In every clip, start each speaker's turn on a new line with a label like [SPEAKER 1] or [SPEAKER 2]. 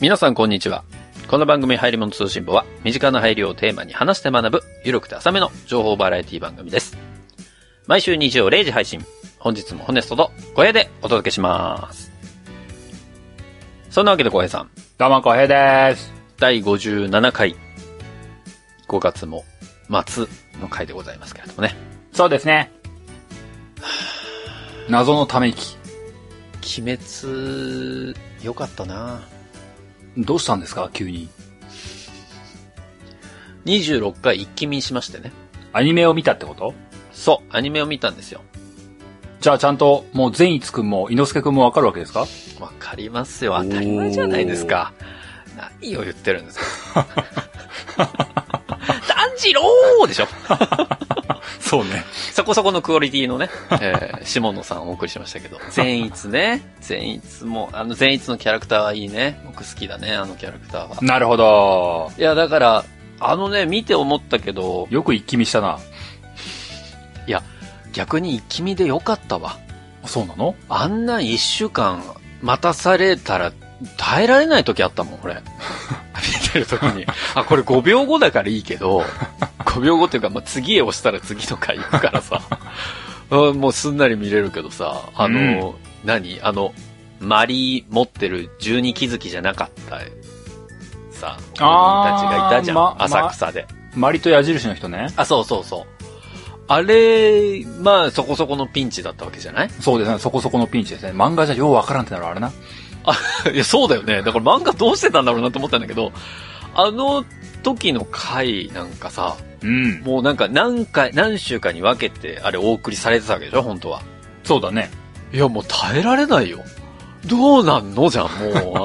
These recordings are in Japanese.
[SPEAKER 1] 皆さんこんにちは。この番組入り物通信簿は、身近な配慮をテーマに話して学ぶ、ゆるくて浅めの情報バラエティ番組です。毎週日曜0時配信、本日もホネストと小平でお届けします。そんなわけで小平さん、
[SPEAKER 2] どうも、こへいです。
[SPEAKER 1] 第57回、5月も末の回でございますけれどもね。
[SPEAKER 2] そうですね。謎のため息。
[SPEAKER 1] 鬼滅、良かったな
[SPEAKER 2] どうしたんですか急に。
[SPEAKER 1] 26回一気見しましてね。
[SPEAKER 2] アニメを見たってこと
[SPEAKER 1] そう、アニメを見たんですよ。
[SPEAKER 2] じゃあちゃんと、もう善逸くんも猪之助くんもわかるわけですか
[SPEAKER 1] わかりますよ。当たり前じゃないですか。何を言ってるんですか。炭治郎でしょ。
[SPEAKER 2] そうね。
[SPEAKER 1] そこそこのクオリティのね、えー、下野さんをお送りしましたけど。善逸ね。善逸も、あの善逸のキャラクターはいいね。僕好きだね、あのキャラクターは。
[SPEAKER 2] なるほど。
[SPEAKER 1] いや、だから、あのね、見て思ったけど、
[SPEAKER 2] よく一気見したな。
[SPEAKER 1] 逆に一気見でよかったわ。
[SPEAKER 2] そうなの
[SPEAKER 1] あんな一週間待たされたら耐えられない時あったもん、 俺。見てる時に。あ、これ5秒後だからいいけ ど、5秒後っていうか、まあ、次へ押したら次の回行くからさ。 あもうすんなり見れるけどさ、あの、何あの、マリー持ってる十二気づきじゃなかった、さ、鬼たちがいたじゃん、
[SPEAKER 2] あーま
[SPEAKER 1] 浅草で。
[SPEAKER 2] マリと矢印の人ね。
[SPEAKER 1] あ、そうそうそう。あれ、まあ、そこそこのピンチだったわけじゃない
[SPEAKER 2] そうですね。そこそこのピンチですね。漫画じゃようわからんってなるあれな。
[SPEAKER 1] いや、そうだよね。だから漫画どうしてたんだろうなと思ったんだけど、あの時の回なんかさ、
[SPEAKER 2] うん。
[SPEAKER 1] もうなんか何回、何週間に分けてあれお送りされてたわけでしょ、本当は。
[SPEAKER 2] そうだね。
[SPEAKER 1] いや、もう耐えられないよ。どうなんのじゃん、も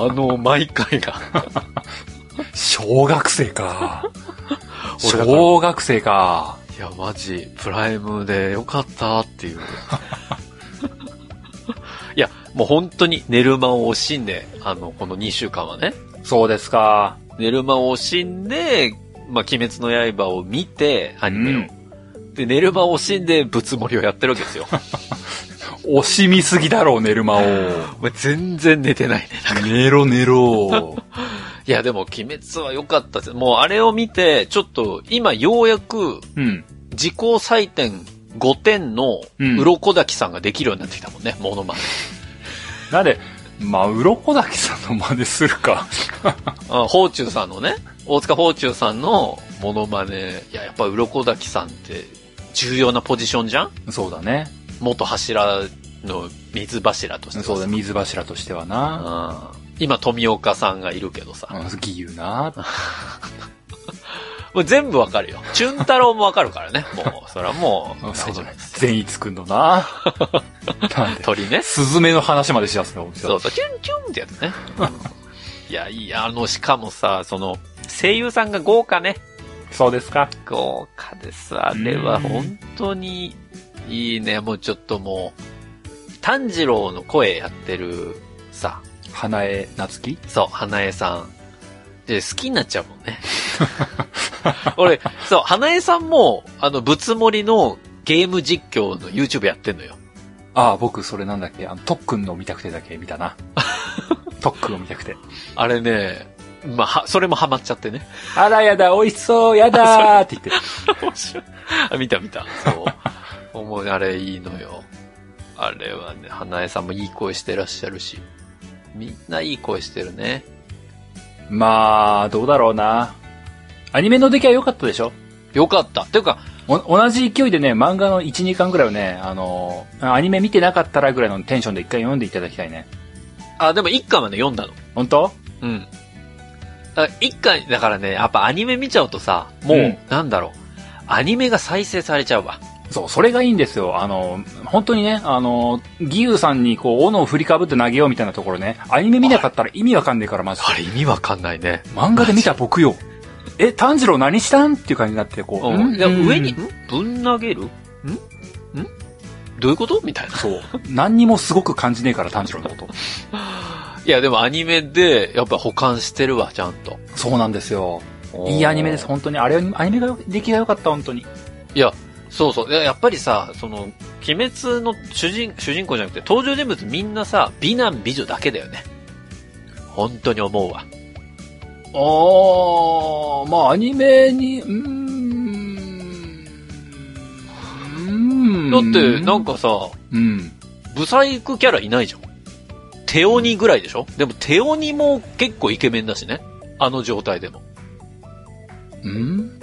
[SPEAKER 1] う、あ の、毎回が。
[SPEAKER 2] 小学生か。
[SPEAKER 1] 俺だから
[SPEAKER 2] 小学生か。
[SPEAKER 1] いや、マジ、プライムでよかったっていう。 いや、もう本当に寝る間を惜しんで、あの、この2週間はね。
[SPEAKER 2] そうですか。
[SPEAKER 1] 寝る間を惜しんで、まあ、鬼滅の刃を見て、アニメを。で、寝る間を惜しんで、ぶつ盛りをやってるわけですよ。
[SPEAKER 2] 惜しみすぎだろう、寝る間を。
[SPEAKER 1] お前全然寝てないね。
[SPEAKER 2] 寝ろ寝ろ。
[SPEAKER 1] いや、でも、鬼滅は良かったです。もう、あれを見て、ちょっと、今、ようやく、
[SPEAKER 2] うん。
[SPEAKER 1] 自己採点5点の、
[SPEAKER 2] うん
[SPEAKER 1] 鱗滝さんができるようになってきたもんね、モノマネ。
[SPEAKER 2] なんで、まあ、鱗滝さんの真似するか。
[SPEAKER 1] あ、宝中さんのね、大塚宝中さんのモノマネ。いや、やっぱ、鱗滝さんって、重要なポジションじゃん
[SPEAKER 2] そうだね。
[SPEAKER 1] 元柱の水柱としてはさ
[SPEAKER 2] そうだ、水柱としてはな。
[SPEAKER 1] うん今、富岡さんがいるけどさ。
[SPEAKER 2] うん、義勇 な。
[SPEAKER 1] もう全部わかるよ。チュン太郎もわかるから ね。もう、それはもう、
[SPEAKER 2] そ
[SPEAKER 1] 大
[SPEAKER 2] うだ
[SPEAKER 1] 丈夫
[SPEAKER 2] ね
[SPEAKER 1] で。す
[SPEAKER 2] 善逸くんの な。なんで。
[SPEAKER 1] 鳥ね。
[SPEAKER 2] スズメの話までしだすの、
[SPEAKER 1] そうそう、チュンチュンってやつね。いや、いや、あの、しかもさ、その、声優さんが豪華ね。
[SPEAKER 2] そうですか。
[SPEAKER 1] 豪華です。あれは本当にいいね。もうちょっともう、炭治郎の声やってるさ、
[SPEAKER 2] 花江夏樹
[SPEAKER 1] そう、花江さん。で、好きになっちゃうもんね。 俺、そう、花江さんも、あの、ぶつ盛りのゲーム実況の YouTube やってんのよ。
[SPEAKER 2] ああ、僕、それなんだっけ、あの、特訓の見たくてだけ見た な。特訓を見たくて。
[SPEAKER 1] あれね、まあ、はそれもハマっちゃってね。
[SPEAKER 2] あら、やだ、美味しそう、やだーって言 って。
[SPEAKER 1] 面白いあ、見た見た。そう。思う、あれいいのよ。あれはね、花江さんもいい声してらっしゃるし。みんないい声してるね。
[SPEAKER 2] まあ、どうだろうな。アニメの出来は良かったでしょ
[SPEAKER 1] よかった。ていうか、
[SPEAKER 2] お同じ勢いでね、漫画の1、2巻ぐらいをね、あのー、アニメ見てなかったらぐらいのテンションで一回読んでいただきたいね。
[SPEAKER 1] あ、でも一巻まで読んだの。
[SPEAKER 2] 本当
[SPEAKER 1] うん。あ一回、だからね、やっぱアニメ見ちゃうとさ、もう、
[SPEAKER 2] うん
[SPEAKER 1] なんだろう。アニメが再生されちゃうわ。
[SPEAKER 2] そう、それがいいんですよ。あのー、本当にね、あのー、義勇さんにこう、斧を振りかぶって投げようみたいなところね、アニメ見なかったら意味わかんねえから、マジ
[SPEAKER 1] れ
[SPEAKER 2] で。
[SPEAKER 1] 意味わかんないね。
[SPEAKER 2] 漫画で見た僕よ。え、炭治郎何したんっていう感じになって、こう。
[SPEAKER 1] うん。いや
[SPEAKER 2] うん
[SPEAKER 1] 上に、ん
[SPEAKER 2] うん
[SPEAKER 1] ぶん投げるんんどういうことみたいな。
[SPEAKER 2] そう。何にもすごく感じねえから、炭治郎のこと。
[SPEAKER 1] いや、でもアニメで、やっぱ保管してるわ、ちゃんと。
[SPEAKER 2] そうなんですよ。いいアニメです、本当に。あれ、アニメがよ、出来が良かった、本当に。
[SPEAKER 1] そうそう。いややっぱりさ、その、鬼滅の主人、主人公じゃなくて、登場人物みんなさ、美男美女だけだよね。本当に思うわ。
[SPEAKER 2] ああ、まあアニメに、うーん。
[SPEAKER 1] だっ
[SPEAKER 2] うー
[SPEAKER 1] て、なん、かさ、
[SPEAKER 2] うん。
[SPEAKER 1] ブサイクキャラいないじゃん。テオニぐらいでしょでもテオニも結構イケメンだしね。あの状態でも。
[SPEAKER 2] うん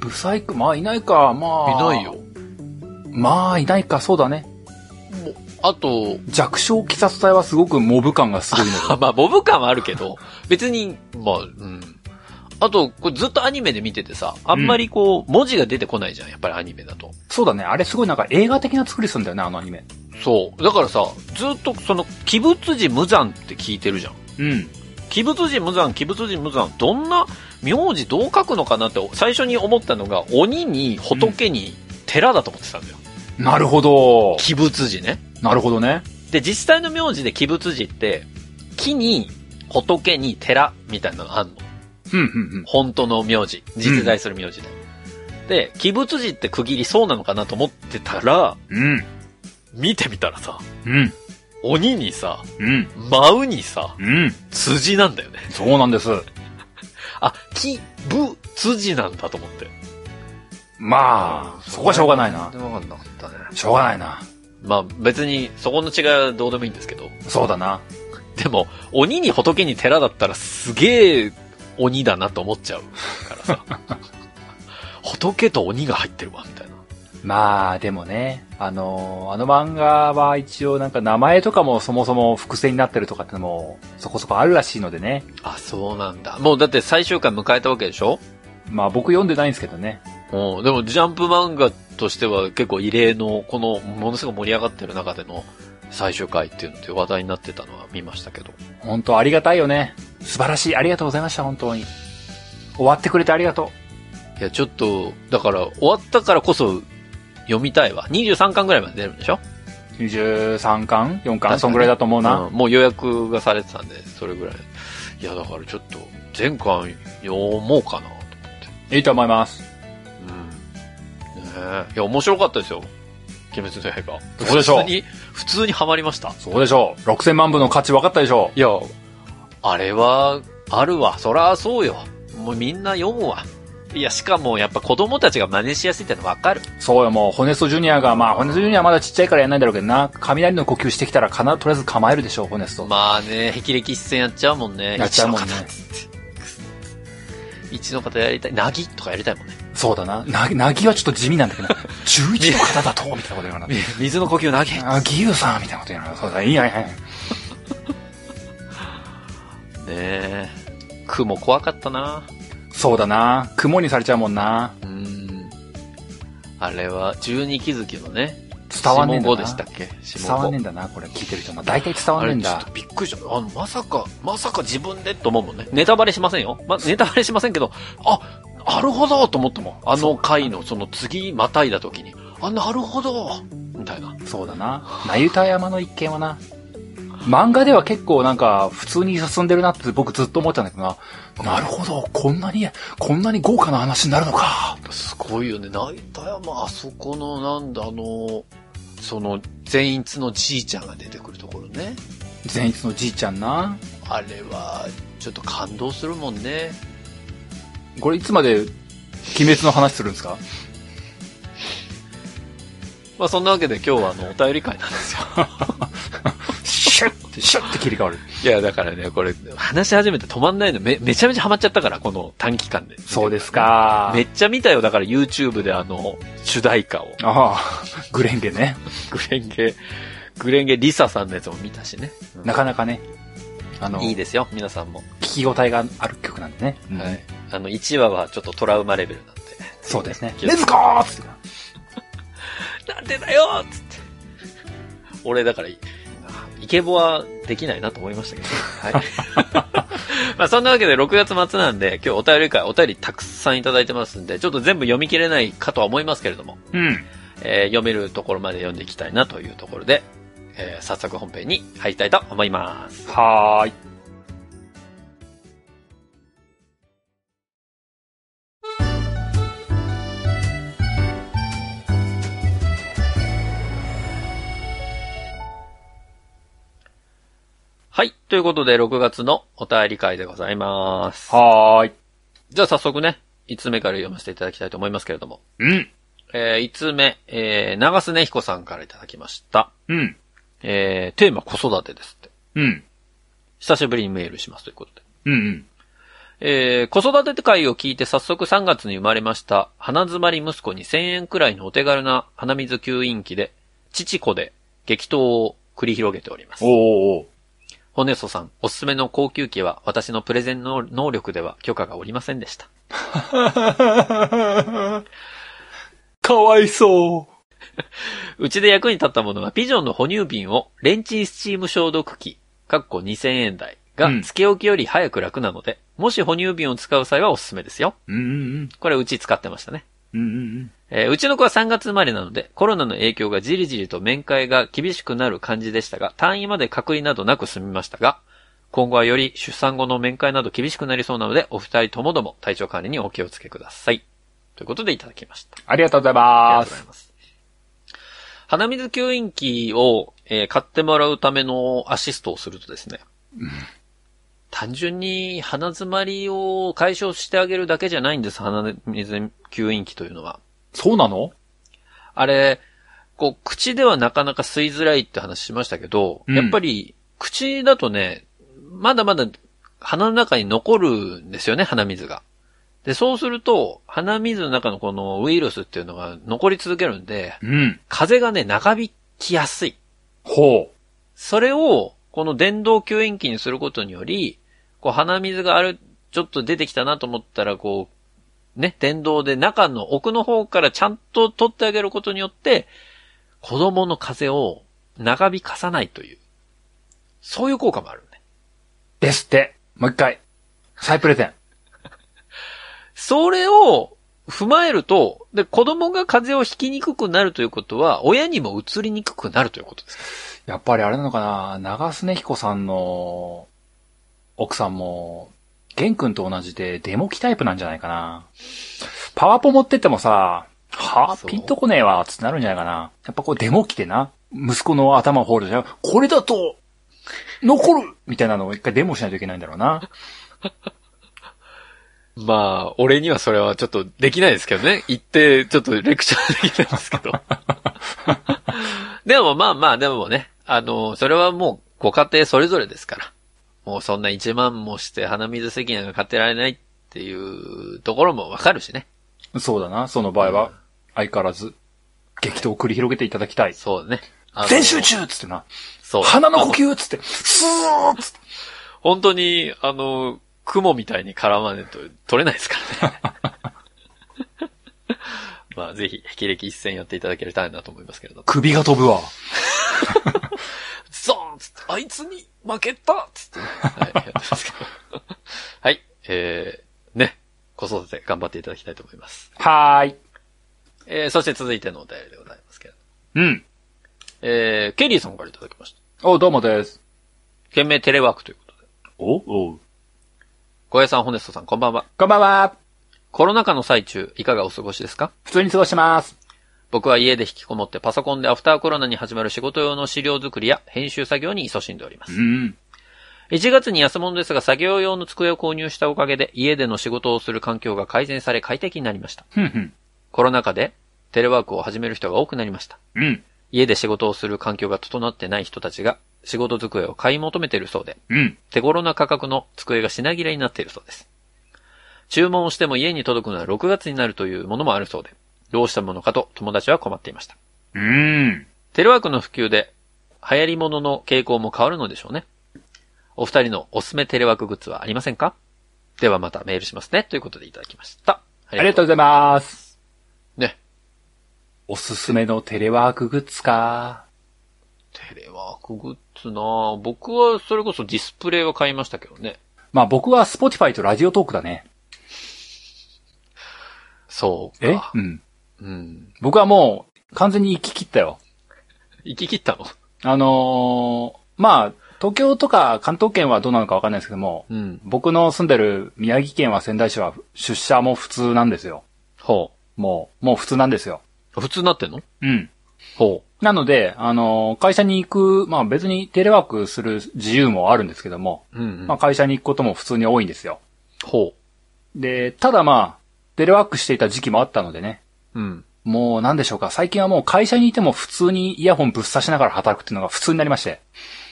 [SPEAKER 2] ブサイク、まあいないか、ま
[SPEAKER 1] い
[SPEAKER 2] あ。
[SPEAKER 1] ないよ。。
[SPEAKER 2] まあいないか、そうだね。
[SPEAKER 1] あと、
[SPEAKER 2] 弱小鬼殺隊はすごくモブ感がす ごいのよ。
[SPEAKER 1] あ まあ、ボブ感はあるけ ど、別に、まあ、うん。あと、これずっとアニメで見ててさ、あんまりこう、文字が出てこないじゃん、やっぱりアニメだと。
[SPEAKER 2] そうだね、あれすごいなんか映画的な作りするんだよね、あのアニメ。
[SPEAKER 1] そう。だからさ、ずっとその、鬼仏寺無惨って聞いてるじゃん。
[SPEAKER 2] うん。
[SPEAKER 1] 鬼仏寺無惨、鬼仏寺無惨、どんな、名字どう書くのかなって最初に思ったのが、鬼に仏に寺だと思ってたんだよ。
[SPEAKER 2] なるほど。
[SPEAKER 1] 鬼仏寺ね。
[SPEAKER 2] なるほどね。
[SPEAKER 1] で、実際の名字で鬼仏寺って、木に仏に寺みたいなのあんの。
[SPEAKER 2] うん、うん、
[SPEAKER 1] 本当の名字。実在する名字で。で、鬼仏寺って区切りそうなのかなと思ってたら、
[SPEAKER 2] うん。うん。
[SPEAKER 1] 見てみたらさ、
[SPEAKER 2] うん。
[SPEAKER 1] 鬼にさ、
[SPEAKER 2] うん。
[SPEAKER 1] 舞にさ、
[SPEAKER 2] うん。
[SPEAKER 1] 辻なんだよね。
[SPEAKER 2] そうなんです。
[SPEAKER 1] あ、鬼、ぶ、辻なんだと思って。
[SPEAKER 2] まあ、そこはしょうがないな。
[SPEAKER 1] わかんなかったね。
[SPEAKER 2] しょうがないな。
[SPEAKER 1] まあ別に、そこの違いはどうでもいいんですけど。
[SPEAKER 2] そうだな。
[SPEAKER 1] でも、鬼に仏に寺だったらすげえ鬼だなと思っちゃうからさ。 仏と鬼が入ってるわ、みたいな。
[SPEAKER 2] まあ、でもね、あのーあの漫画は一応なんか名前とかもそもそも複製になってるとかってのもそこそこあるらしいのでね。
[SPEAKER 1] あ、そうなんだ。もうだって最終回迎えたわけでしょ
[SPEAKER 2] まあ僕読んでないんですけどね。
[SPEAKER 1] うん、でもジャンプ漫画としては結構異例の、このものすごく盛り上がってる中での最終回っていうので話題になってたのは見ましたけど。
[SPEAKER 2] 本当ありがたいよね。素晴らしい。ありがとうございました、本当に。終わってくれてありがと
[SPEAKER 1] いや、ちょっと、だから終わったからこそ読みたいわ。23巻ぐらいまで出るんでしょ
[SPEAKER 2] う。23巻 ?4
[SPEAKER 1] かに
[SPEAKER 2] 巻そんぐらいだと思うな。
[SPEAKER 1] うんもう予約がされてたんで、それぐらい。いや、だからちょっと、前回読もうかなと思って。
[SPEAKER 2] いいと思います。
[SPEAKER 1] うん。ねえ。いや、面白かったですよ。鬼滅の刃。
[SPEAKER 2] そうでしょう
[SPEAKER 1] 普通に、普通にハマりました。
[SPEAKER 2] そうでしょう。6000万部の価値分かったでしょ
[SPEAKER 1] いや、あれは、あるわ。そらそうよ。もうみんな読むわ。いや、しかもやっぱ子供たちが真似しやすいってのわかる。
[SPEAKER 2] う。そうよ、もう、ホネストジュニアが、まあ、ホネストジュニアはまだちっちゃいからやんないんだろうけどな。雷の呼吸してきたら、かな、とりあえず構えるでしょう、ホネスト。
[SPEAKER 1] まあね、霹靂一戦やっちゃうもんね。
[SPEAKER 2] やっちゃうもんね
[SPEAKER 1] 一の方つって。一の方やりたい。なぎとかやりたいもんね。
[SPEAKER 2] そうだな。な、なぎはちょっと地味なんだ けどな。11の方だと、みたいなこと言わな。
[SPEAKER 1] 水の呼吸なぎ。ね
[SPEAKER 2] あ、義勇さん、みたいなこと言わな。そうだ、いいやいやいや。
[SPEAKER 1] え。雲怖かったな。
[SPEAKER 2] そうだな。雲にされちゃうもんな。
[SPEAKER 1] うーん。あれは、十二気づきのね。
[SPEAKER 2] 伝わんねえんだ
[SPEAKER 1] 下
[SPEAKER 2] な。
[SPEAKER 1] 五でしたっけ下五
[SPEAKER 2] 伝わんねえんだな、これ聞いてる人も。大体伝わ
[SPEAKER 1] あ
[SPEAKER 2] んねえ
[SPEAKER 1] れ
[SPEAKER 2] ん
[SPEAKER 1] ちょっ
[SPEAKER 2] だ
[SPEAKER 1] と。びっくりした。あの、まさか、まさか自分でと思うもんね。ネタバレしませんよ。 ま、ネタバレしませんけど、あ、なるほどと思ったもん。あの回のその次またいだ時に、あ、なるほどみたいな。
[SPEAKER 2] そうだな。なゆた山の一件はな。漫画では結構なんか普通に進んでるなって僕ずっと思ってたんだけどな。なるほど、こんなに、こんなに豪華な話になるのか。
[SPEAKER 1] すごいよね。泣いたやま、あそこの、なんだ、あの、その、善逸のじいちゃんが出てくるところね。
[SPEAKER 2] 前日のじいちゃんな。
[SPEAKER 1] あれは、ちょっと感動するもんね。
[SPEAKER 2] これいつまで鬼滅の話するんですか
[SPEAKER 1] まあそんなわけで今日はあの、お便り会なんですよ。
[SPEAKER 2] シュッて、シュッて切り替わる。
[SPEAKER 1] いや、だからね、これ、話し始めて止まんないの、め、めちゃめちゃハマっちゃったから、この短期間で。
[SPEAKER 2] そうですか。
[SPEAKER 1] めっちゃ見たよ。だから YouTube であの、主題歌を。
[SPEAKER 2] ああ、 グレンゲね。
[SPEAKER 1] グレンゲ、グレンゲリサさんのやつも見たしね。うん
[SPEAKER 2] なかなかね。あの、
[SPEAKER 1] いいですよ、皆さんも。
[SPEAKER 2] 聞き応えがある曲なんでね。うん
[SPEAKER 1] はい。あの、1話はちょっとトラウマレベルなんで。
[SPEAKER 2] そうですね。
[SPEAKER 1] 気を
[SPEAKER 2] レズコーっつって
[SPEAKER 1] なんでだよーっつって。俺、だから、いイケボはできないなと思いましたけど。はい。 まあそんなわけで6月末なんで、今日お便り会、お便りたくさんいただいてますんで、ちょっと全部読み切れないかとは思いますけれども、
[SPEAKER 2] うん。
[SPEAKER 1] えー読めるところまで読んでいきたいなというところで、えー早速本編に入りたいと思います。
[SPEAKER 2] はーい。
[SPEAKER 1] はい。ということで、6月のお便り会でございます。
[SPEAKER 2] はーい。
[SPEAKER 1] じゃあ早速ね、5つ目から読ませていただきたいと思いますけれども。
[SPEAKER 2] うん。
[SPEAKER 1] え5つ目、えー、長須根彦さんからいただきました。
[SPEAKER 2] うん。
[SPEAKER 1] えー、テーマ子育てですって。
[SPEAKER 2] うん。
[SPEAKER 1] 久しぶりにメールしますということで。
[SPEAKER 2] うん。うん。
[SPEAKER 1] えー、子育て会を聞いて早速3月に生まれました、鼻詰まり息子に1000円くらいのお手軽な鼻水吸引器で、父子で激闘を繰り広げております。
[SPEAKER 2] おーおー
[SPEAKER 1] ホネソさん、おすすめの高級機は私のプレゼンの能力では許可がおりませんでした。
[SPEAKER 2] かわいそう
[SPEAKER 1] ちで役に立ったものは、ピジョンの哺乳瓶をレンチンスチーム消毒機、かっこ2000円台が
[SPEAKER 2] うん
[SPEAKER 1] 付け置きより早く楽なので、もし哺乳瓶を使う際はおすすめですよ。
[SPEAKER 2] う。うんうん
[SPEAKER 1] これうち使ってましたね。
[SPEAKER 2] うん。うんうん
[SPEAKER 1] えーうちの子は3月生まれなので、コロナの影響がじりじりと面会が厳しくなる感じでしたが、単位まで隔離などなく済みましたが、今後はより出産後の面会など厳しくなりそうなので、お二人ともども体調管理にお気をつけください。ということでいただきました。
[SPEAKER 2] ありがとうござ
[SPEAKER 1] あ
[SPEAKER 2] い
[SPEAKER 1] り
[SPEAKER 2] ま
[SPEAKER 1] がとうござ
[SPEAKER 2] す
[SPEAKER 1] い。ます。鼻水吸引器を、えー買ってもらうためのアシストをするとですね、単純に鼻詰まりを解消してあげるだけじゃないんです、鼻水吸引器というのは。
[SPEAKER 2] そうなの
[SPEAKER 1] あれ、こう、口ではなかなか吸いづらいって話しましたけど、
[SPEAKER 2] うん
[SPEAKER 1] やっぱり、口だとね、まだまだ鼻の中に残るんですよね、鼻水が。で、そうすると、鼻水の中のこのウイルスっていうのが残り続けるんで、
[SPEAKER 2] うん。
[SPEAKER 1] 風がね、長引きやすい。
[SPEAKER 2] ほ
[SPEAKER 1] それを、この電動吸引器にすることにより、こう、鼻水がある、ちょっと出てきたなと思ったら、こう、ね、電動で中の奥の方からちゃんと取ってあげることによって、子供の風邪を長引かさないという、そういう効果もあるね。
[SPEAKER 2] う。ですって。もう一回。再プレゼン。
[SPEAKER 1] それを踏まえると、で、子供が風邪をひきにくくなるということは、親にも移りにくくなるということです。
[SPEAKER 2] やっぱりあれなのかな長須根彦さんの奥さんも、玄君と同じでデモ機タイプなんじゃないかなパワポ持ってってもさ、は
[SPEAKER 1] そう
[SPEAKER 2] ぁ、ピンとこねえわ、つってなるんじゃないかなやっぱこうデモ機でな、息子の頭を放るじゃん。これだと、残るみたいなのを一回デモしないといけないんだろうな。
[SPEAKER 1] まあ、俺にはそれはちょっとできないですけどね。言って、ちょっとレクチャーできないですけど。 でもまあまあ、でもね、あの、それはもうご家庭それぞれですから。もうそんな1万もして鼻水席なんか買ってられないっていうところもわかるしね。
[SPEAKER 2] そうだな、その場合は、相変わらず、激闘を繰り広げていただきたい。
[SPEAKER 1] そうね。あの
[SPEAKER 2] 全集中っつってな。
[SPEAKER 1] そう。
[SPEAKER 2] 鼻の
[SPEAKER 1] あ
[SPEAKER 2] 呼吸っつって、スーッつって。
[SPEAKER 1] 本当に、あの、雲みたいに絡まねえと取れないですから ね。まあ、ぜひ、霹靂一戦やっていただけたらなと思いますけれども。
[SPEAKER 2] 首が飛ぶわ。
[SPEAKER 1] ゾーンつって、あいつに負けたつってね、 はい、やってますけど。はい、えー、ね、子育て頑張っていただきたいと思います。
[SPEAKER 2] はーい。
[SPEAKER 1] えー、そして続いてのお便りでございますけれど。
[SPEAKER 2] うん。
[SPEAKER 1] えー、ケリーさんからいただきました。
[SPEAKER 2] お、どうもです。
[SPEAKER 1] 懸命テレワークということで。
[SPEAKER 2] おお
[SPEAKER 1] 小屋さん、ホネストさん、こんばんは。
[SPEAKER 2] こんばんは。
[SPEAKER 1] コロナ禍の最中、いかがお過ごしですか
[SPEAKER 2] 普通に過ごしてます。
[SPEAKER 1] 僕は家で引きこもってパソコンでアフターコロナに始まる仕事用の資料作りや編集作業に勤しんでおります。
[SPEAKER 2] ん。
[SPEAKER 1] 1月に安物ですが作業用の机を購入したおかげで家での仕事をする環境が改善され快適になりました。
[SPEAKER 2] ふんふん。
[SPEAKER 1] コロナ禍でテレワークを始める人が多くなりました。
[SPEAKER 2] うん。
[SPEAKER 1] 家で仕事をする環境が整ってない人たちが仕事机を買い求めているそうで、
[SPEAKER 2] うん。
[SPEAKER 1] 手頃な価格の机が品切れになっているそうです。注文をしても家に届くのは6月になるというものもあるそうで、どうしたものかと友達は困っていました。
[SPEAKER 2] うん。
[SPEAKER 1] テレワークの普及で流行り物の傾向も変わるのでしょうね。お二人のおすすめテレワークグッズはありませんかではまたメールしますね。ということでいただきました。あ
[SPEAKER 2] ありがとうございます。
[SPEAKER 1] ね。
[SPEAKER 2] おすすめのテレワークグッズか。
[SPEAKER 1] テレワークグッズなぁ僕はそれこそディスプレイは買いましたけどね。
[SPEAKER 2] まあ僕は Spotify とラジオトークだね。
[SPEAKER 1] そう
[SPEAKER 2] え
[SPEAKER 1] か。
[SPEAKER 2] うん。
[SPEAKER 1] うん。
[SPEAKER 2] 僕はもう完全に行き切ったよ。
[SPEAKER 1] 行き切ったの
[SPEAKER 2] あのー、まあ、東京とか関東圏はどうなのかわかんないですけども、
[SPEAKER 1] うん。
[SPEAKER 2] 僕の住んでる宮城県は仙台市は出社も普通なんですよ。
[SPEAKER 1] ほ
[SPEAKER 2] もう、もう普通なんですよ。
[SPEAKER 1] う。普通になってんの
[SPEAKER 2] うん。
[SPEAKER 1] ほ
[SPEAKER 2] なので、あの、会社に行く、まあ別にテレワークする自由もあるんですけども、
[SPEAKER 1] う。うん、う
[SPEAKER 2] まあ
[SPEAKER 1] ん。
[SPEAKER 2] 会社に行くことも普通に多いんですよ。
[SPEAKER 1] ほ
[SPEAKER 2] で、ただまあ、テレワークしていた時期もあったのでね、
[SPEAKER 1] う。うん。
[SPEAKER 2] もう何でしょうか、最近はもう会社にいても普通にイヤホンぶっ刺しながら働くっていうのが普通になりまして、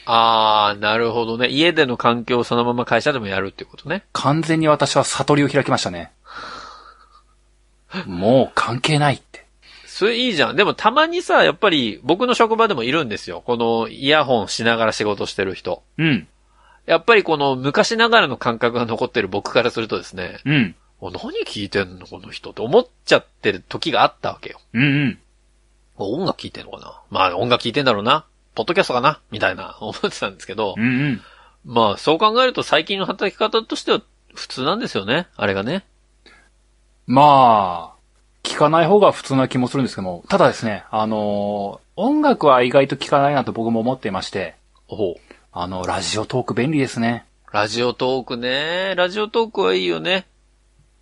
[SPEAKER 1] あー、なるほどね。家での環境をそのまま会社でもやるっていうことね。
[SPEAKER 2] 完全に私は悟りを開きまし たね。もう関係ないって。
[SPEAKER 1] それいいじゃん。でもたまにさ、やっぱり僕の職場でもいるんですよ。このイヤホンしながら仕事してる人。
[SPEAKER 2] うん、
[SPEAKER 1] やっぱりこの昔ながらの感覚が残ってる僕からするとですね、
[SPEAKER 2] うん、
[SPEAKER 1] お何聞いてんのこの人って思っちゃってる時があったわけよ。
[SPEAKER 2] うん、うん。
[SPEAKER 1] お音楽聞いてんのかなまあ音楽聞いてんだろうな。ポッドキャストかなみたいな 思ってたんですけど
[SPEAKER 2] う、んうん。
[SPEAKER 1] まあそう考えると最近の働き方としては普通なんですよね。あれがね。
[SPEAKER 2] まあ、聞かない方が普通な気もするんですけども、ただですね、あのー音楽は意外と聞かないなと僕も思っていまして、
[SPEAKER 1] おう
[SPEAKER 2] あの、ラジオトーク便利ですね。
[SPEAKER 1] ラジオトークね。ラジオトークはいいよね。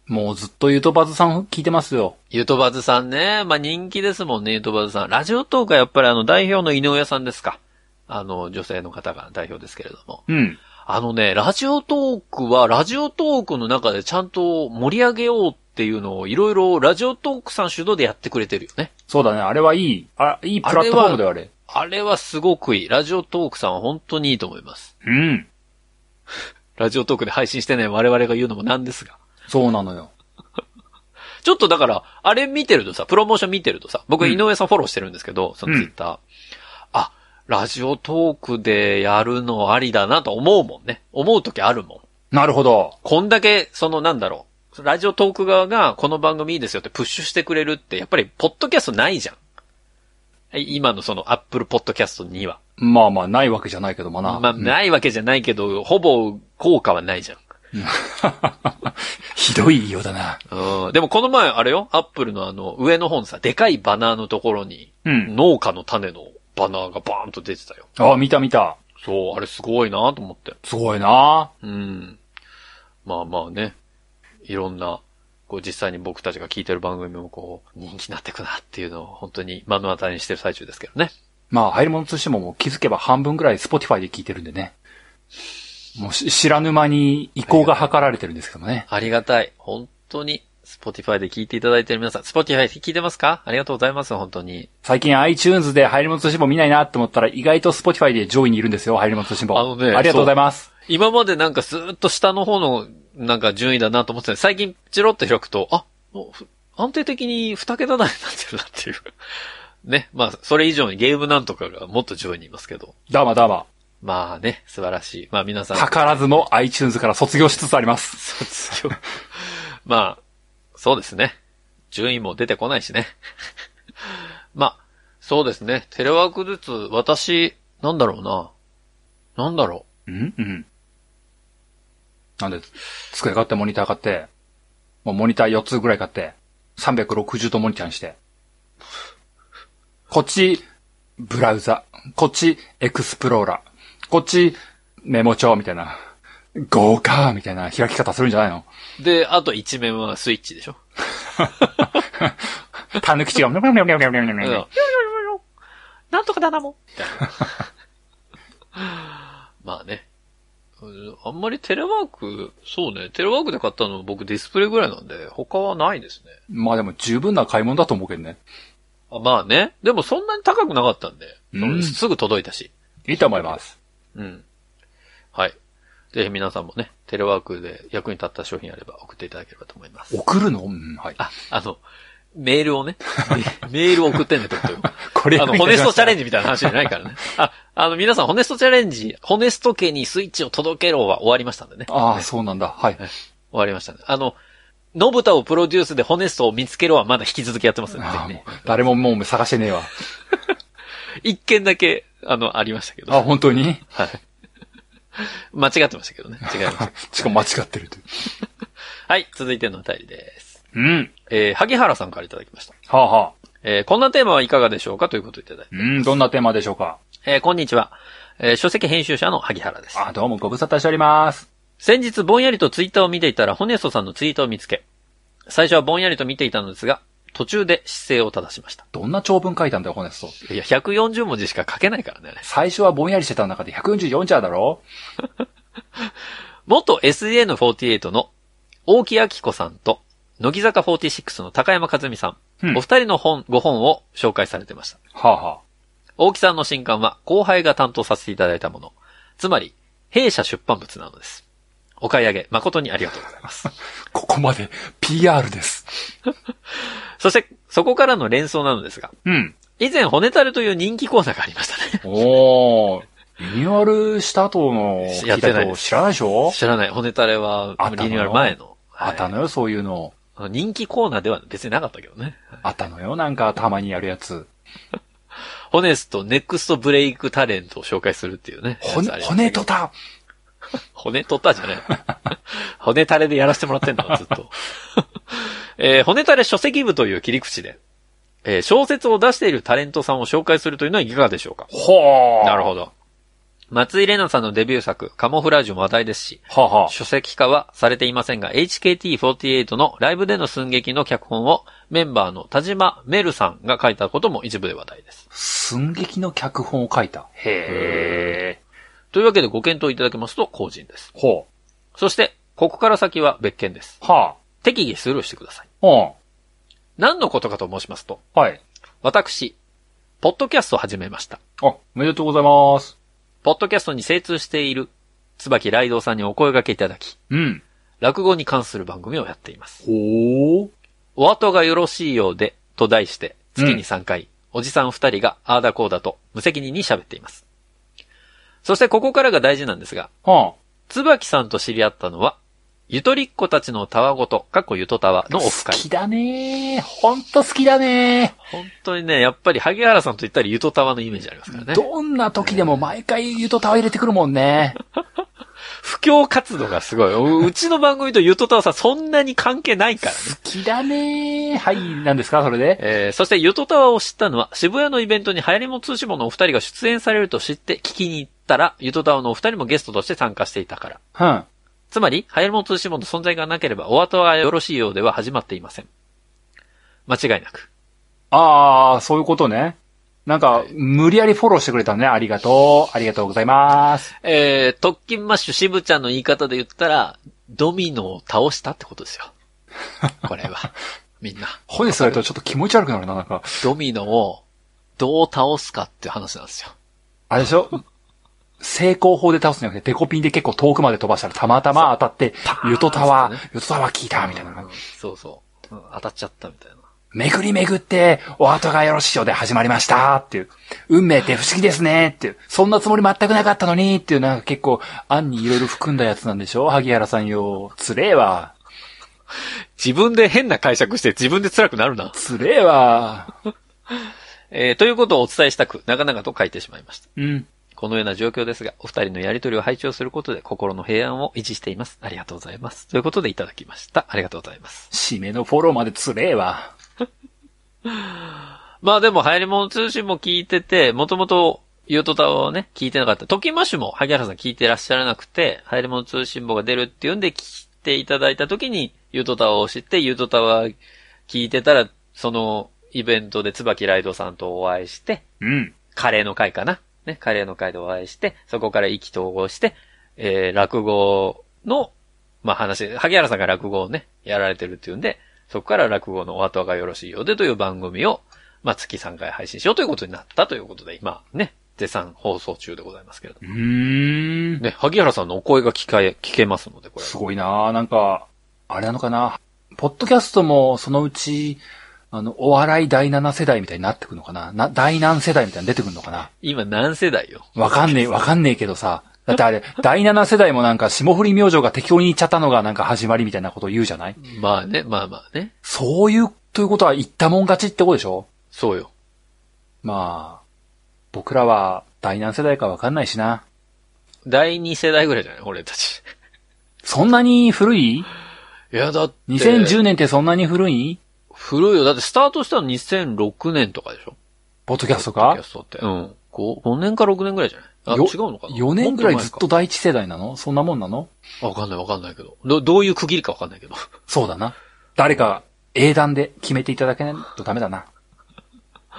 [SPEAKER 2] もうずっとゆとばずさん聞いてますよ。
[SPEAKER 1] ゆとばずさんね。まあ、人気ですもんね、ゆとばずさん。ラジオトークはやっぱりあの代表の井上さんですか。あの、女性の方が代表ですけれども。
[SPEAKER 2] うん。
[SPEAKER 1] あのね、ラジオトークは、ラジオトークの中でちゃんと盛り上げようっていうのをいろいろラジオトークさん主導でやってくれてるよね。
[SPEAKER 2] そうだね、あれはいい、あいいプラットフォームだよ、あれ。
[SPEAKER 1] あれはすごくいい。ラジオトークさんは本当にいいと思います。
[SPEAKER 2] うん。
[SPEAKER 1] ラジオトークで配信してない我々が言うのもなんですが。
[SPEAKER 2] そうなのよ。
[SPEAKER 1] ちょっとだから、あれ見てるとさ、プロモーション見てるとさ、僕
[SPEAKER 2] うん
[SPEAKER 1] 井上さんフォローしてるんですけど、そのツイッター。あ、ラジオトークでやるのありだなと思うもんね。思う時あるもん。
[SPEAKER 2] なるほど。
[SPEAKER 1] こんだけ、そのなんだろう。ラジオトーク側がこの番組いいですよってプッシュしてくれるって、やっぱりポッドキャストないじゃん。い今のそのアップルポッドキャストには。
[SPEAKER 2] まあまあ、ないわけじゃないけどもな。
[SPEAKER 1] まあ、ないわけじゃないけど、ほぼ効果はないじゃん。
[SPEAKER 2] ひどい言いようだな。
[SPEAKER 1] うん。でもこの前、あれよ、アップルのあの、上の方のさ、でかいバナーのところに、
[SPEAKER 2] うん。
[SPEAKER 1] 農家の種のバナーがバーンと出てたよ。
[SPEAKER 2] あ、見た見た。
[SPEAKER 1] そう、あれすごいなと思って。
[SPEAKER 2] すごいな。
[SPEAKER 1] うん。まあまあね。いろんな、こう実際に僕たちが聞いてる番組もこう、人気になってくなっていうのを本当に目の当たりにしてる最中ですけどね。
[SPEAKER 2] まあ、入り物としてももう気づけば半分くらい Spotify で聞いてるんでね。もうし知らぬ間に移行が図られてるんですけどもね。
[SPEAKER 1] ありがたい。本当に、Spotify で聞いていただいてる皆さん、Spotify 聞いてますかありがとうございます、本当に。
[SPEAKER 2] 最近 iTunes で入り物としても見ないなって思ったら意外と Spotify で上位にいるんですよ、入り物としても。
[SPEAKER 1] あのね
[SPEAKER 2] ありがとうございます。
[SPEAKER 1] 今までなんかずーっと下の方のなんか順位だなと思ってたのに最近チロッと開くと、あ、もうふ安定的に二桁台になってるなっていう。 ね。まあ、それ以上にゲームなんとかがもっと上位にいますけど。
[SPEAKER 2] だまだま。
[SPEAKER 1] まあね、素晴らしい。まあ皆さん。
[SPEAKER 2] 図らずも iTunes から卒業しつつあります。
[SPEAKER 1] 卒業。 まあ、そうですね。順位も出てこないしね。 まあ、そうですね。テレワークずつ、私、なんだろうな。なんだろ
[SPEAKER 2] うんうん。なんで、机買ってモニター買って、もうモニター4つぐらい買って、360度モニターにして。こっち、ブラウザ。こっち、エクスプローラー。こっち、メモ帳みたいな。豪華みたいな開き方するんじゃな いの
[SPEAKER 1] う。で、あと一面はスイッチでしょ。
[SPEAKER 2] タヌキチが、
[SPEAKER 1] うんなんとかだなもん。 まあね。うんあんまりテレワーク、そうね。テレワークで買ったの僕ディスプレイぐらいなんで、他はないですね。
[SPEAKER 2] まあでも十分な買い物だと思うけどね。
[SPEAKER 1] あまあね。でもそんなに高くなかったんで、
[SPEAKER 2] うん
[SPEAKER 1] すぐ届いたし。
[SPEAKER 2] いいと思います。
[SPEAKER 1] うん。はい。ぜひ皆さんもね、テレワークで役に立った商品あれば送っていただければと思います。
[SPEAKER 2] 送るのうん、はい。
[SPEAKER 1] あ、あの、メールを ね、メメールを送ってねってことよ。
[SPEAKER 2] これ
[SPEAKER 1] あの、ホネストチャレ
[SPEAKER 2] ン
[SPEAKER 1] ンジみたいな話じゃないからね。あ、あの、皆さん、ホネストチャレンジ、ホネスト家にスイッチを届けろは終わりましたんでね。終
[SPEAKER 2] ああ、そうなんだ。はい。
[SPEAKER 1] わりましたね。あの、のぶたをプロデュースでホネストを見つけろはまだ引き続きやってますんで、
[SPEAKER 2] ああ、も
[SPEAKER 1] ね
[SPEAKER 2] う。、誰ももう探してねえわ。
[SPEAKER 1] 一件だけ、あの、ありましたけど。
[SPEAKER 2] あ、本当に
[SPEAKER 1] はい。 間違ってましたけどね。違いま した。
[SPEAKER 2] しかも間違ってるという。
[SPEAKER 1] はい、続いてのお便りです。
[SPEAKER 2] うん。
[SPEAKER 1] えー、萩原さんからいただきました。
[SPEAKER 2] はあ、はあ、
[SPEAKER 1] えー、こんなテーマはいかがでしょうかということでいただいて。
[SPEAKER 2] うん、どんなテーマでしょうか
[SPEAKER 1] えー、こんにちは。えー、書籍編集者の萩原です。
[SPEAKER 2] あ、どうもご無沙汰しております。
[SPEAKER 1] 先日ぼんやりとツイッターを見ていたら、ホネストさんのツイートを見つけ、最初はぼんやりと見ていたのですが、途中で姿勢を正しました。
[SPEAKER 2] どんな長文書いたんだよ、ホネスト。
[SPEAKER 1] いや、140文字しか書けないからね、あれ
[SPEAKER 2] 最初はぼんやりしてた中で144ちゃうだろ
[SPEAKER 1] 元 SN48 の大木明子さんと、乃木坂46の高山和美さん、
[SPEAKER 2] うん
[SPEAKER 1] お二人の本、ご本を紹介されてました。
[SPEAKER 2] はあ、は
[SPEAKER 1] 大木さんの新刊は後輩が担当させていただいたもの。つまり、弊社出版物なのです。お買い上げ、誠にありがとうございます。
[SPEAKER 2] あ、ここまで PR です。
[SPEAKER 1] そして、そこからの連想なのですが、
[SPEAKER 2] うん。
[SPEAKER 1] 以前、骨タルという人気コーナーがありましたね。
[SPEAKER 2] おー。リニューアルした後の聞いた人知らないでしょ
[SPEAKER 1] 知らない。骨タレは
[SPEAKER 2] あっ、たの
[SPEAKER 1] リニューアル前の。
[SPEAKER 2] あった
[SPEAKER 1] はい
[SPEAKER 2] のよ、そういうの。
[SPEAKER 1] あの人気コーナーでは別になかったけどね。
[SPEAKER 2] あったのよ、なんかたまにやるやつ。
[SPEAKER 1] ホネスト、ネクストブレイクタレントを紹介するっていうね。
[SPEAKER 2] 骨
[SPEAKER 1] やつあ、りましたけ
[SPEAKER 2] 骨
[SPEAKER 1] ど
[SPEAKER 2] とた。
[SPEAKER 1] 骨取ったじゃねえ。 骨垂れでやらせてもらってんだ、ずっと。 えー骨垂れ書籍部という切り口で、えー小説を出しているタレントさんを紹介するというのはいかがでしょうか
[SPEAKER 2] ほー。
[SPEAKER 1] なるほど。松井玲奈さんのデビュー作、カモフラージュも話題ですし、
[SPEAKER 2] はあ、はあ。
[SPEAKER 1] 書籍化はされていませんが、HKT48 のライブでの寸劇の脚本をメンバーの田島メルさんが書いたことも一部で話題です。
[SPEAKER 2] 寸劇の脚本を書いた。へ
[SPEAKER 1] というわけでご検討いただけますと後人です。
[SPEAKER 2] ー。ほ
[SPEAKER 1] そして、ここから先は別件です。
[SPEAKER 2] う。は
[SPEAKER 1] 適宜スルーしてください。
[SPEAKER 2] あ。うん。
[SPEAKER 1] 何のことかと申しますと、
[SPEAKER 2] はい。
[SPEAKER 1] 私、ポッドキャストを始めました。
[SPEAKER 2] あ、おめでとうございます。
[SPEAKER 1] ポッドキャストに精通している、椿ライドウさんにお声掛けいただき、
[SPEAKER 2] うん。
[SPEAKER 1] 落語に関する番組をやっています。
[SPEAKER 2] ほー。
[SPEAKER 1] お後がよろしいようで、と題して、月に3回、おじさん2人があーだこうだと無責任に喋っています。そしてここからが大事なんですが、
[SPEAKER 2] は
[SPEAKER 1] 椿さんと知り合ったのは、ゆとりっ子たちのたわごと、かっこゆとたわ
[SPEAKER 2] あ。
[SPEAKER 1] のオフ会
[SPEAKER 2] 好。きだねー。ほんと好きだね
[SPEAKER 1] 本当にね、やっぱり萩原さんと言ったらゆとたわのイメージありますから
[SPEAKER 2] ー。
[SPEAKER 1] ね。
[SPEAKER 2] どんな時でも毎回ゆとたわ入れてくるもんね。
[SPEAKER 1] 布教活動がすごい。 ううちの番組とゆとたわさんそんなに関係ないからね。
[SPEAKER 2] 好きだねー。はい、なんですかそれで
[SPEAKER 1] えー、そしてゆとたわを知ったのは渋谷のイベントに流行りも通信ものお二人が出演されると知って聞きに行ったら、ゆとたわのお二人もゲストとして参加していたから。
[SPEAKER 2] うん。
[SPEAKER 1] つまり、流行りも通信もの存在がなければお後がよろしいようでは始まっていません。間違いなく。
[SPEAKER 2] あー、そういうことね。なんか
[SPEAKER 1] は、い
[SPEAKER 2] 無理やりフォローしてくれたのね。ありがとう。ありがとうございます。
[SPEAKER 1] えー、特勤マッシュ渋ちゃんの言い方で言ったら、ドミノを倒したってことですよ。これ は。みんな。
[SPEAKER 2] ほねそれとちょっと気持ち悪くなるな、なんか。
[SPEAKER 1] ドミノをどう倒すかっていう話なんですよ。
[SPEAKER 2] あれでしょ成功法で倒すんじゃなくて、デコピンで結構遠くまで飛ばしたらたまたま当たって、
[SPEAKER 1] う
[SPEAKER 2] ゆとたわ
[SPEAKER 1] パーンってね、
[SPEAKER 2] ゆとたわ効いた、みたいな
[SPEAKER 1] うん。そうそう、うん当たっちゃったみたいな。
[SPEAKER 2] めぐりめぐって、お後がよろしいようで始まりました、っていう。運命って不思議ですね、っていう。そんなつもり全くなかったのに、っていう、なんか結構、案にいろいろ含んだやつなんでしょ萩原さんよ。つれえわ。
[SPEAKER 1] 自分で変な解釈して自分で辛くなるな。
[SPEAKER 2] つれえわ。
[SPEAKER 1] えーということをお伝えしたく、なかなかと書いてしまいました。
[SPEAKER 2] うん。
[SPEAKER 1] このような状況ですが、お二人のやりとりを拝聴することで心の平安を維持しています。ありがとうございます。ということでいただきました。ありがとうございます。
[SPEAKER 2] 締めのフォローまでつれえわ。
[SPEAKER 1] まあでも、流行り物通信も聞いてて、もともと、ゆうとたをね、聞いてなかった。ときましも、萩原さん聞いてらっしゃらなくて、流行り物通信簿が出るっていうんで、聞いていただいたときに、ゆうとたを知って、ゆうとたは聞いてたら、その、イベントで椿ライドさんとお会いして、
[SPEAKER 2] うん。
[SPEAKER 1] カレーの会かな。ね、カレーの会でお会いして、そこから意気投合して、えー、落語の、まあ話、萩原さんが落語をね、やられてるっていうんで、そこから落語のお後がよろしいようでという番組を、まあ月3回配信しようということになったということで、今ね、絶賛放送中でございますけれど
[SPEAKER 2] う
[SPEAKER 1] も。
[SPEAKER 2] ーん。
[SPEAKER 1] ね、萩原さんのお声が聞かえ、聞けますので、これ。
[SPEAKER 2] すごいなぁ。なんか、あれなのかな。ポッドキャストもそのうち、あの、お笑い第7世代みたいになってくるのかな。な、第何世代みたいに出てくるのかな。
[SPEAKER 1] 今何世代よ。
[SPEAKER 2] わかんねえ、わかんねえけどさ。だってあれ、第7世代もなんか、霜降り明星が適当に言っちゃったのがなんか始まりみたいなことを言うじゃない
[SPEAKER 1] まあね、まあまあね。
[SPEAKER 2] そういう、ということは言ったもん勝ちってことでしょ
[SPEAKER 1] そうよ。
[SPEAKER 2] まあ、僕らは第何世代かわかんないしな。
[SPEAKER 1] 第2世代ぐらいじゃない俺たち。
[SPEAKER 2] そんなに古い
[SPEAKER 1] いや、だって。
[SPEAKER 2] ?2010 年ってそんなに古い
[SPEAKER 1] 古いよ。だってスタートしたの2006年とかでしょ
[SPEAKER 2] ポッドキャスト
[SPEAKER 1] ポッド
[SPEAKER 2] か
[SPEAKER 1] キャストって。うん。5, 5年か6年ぐらいじゃないあ、違う
[SPEAKER 2] よ
[SPEAKER 1] のかな
[SPEAKER 2] 4年ぐらいずっ
[SPEAKER 1] も
[SPEAKER 2] と第一世代なのそんなもんなの
[SPEAKER 1] と前か。わかんないわかんないけど。ど、どういう区切りかわかんないけど。
[SPEAKER 2] そうだな。誰か英断で決めていただけないとダメだな。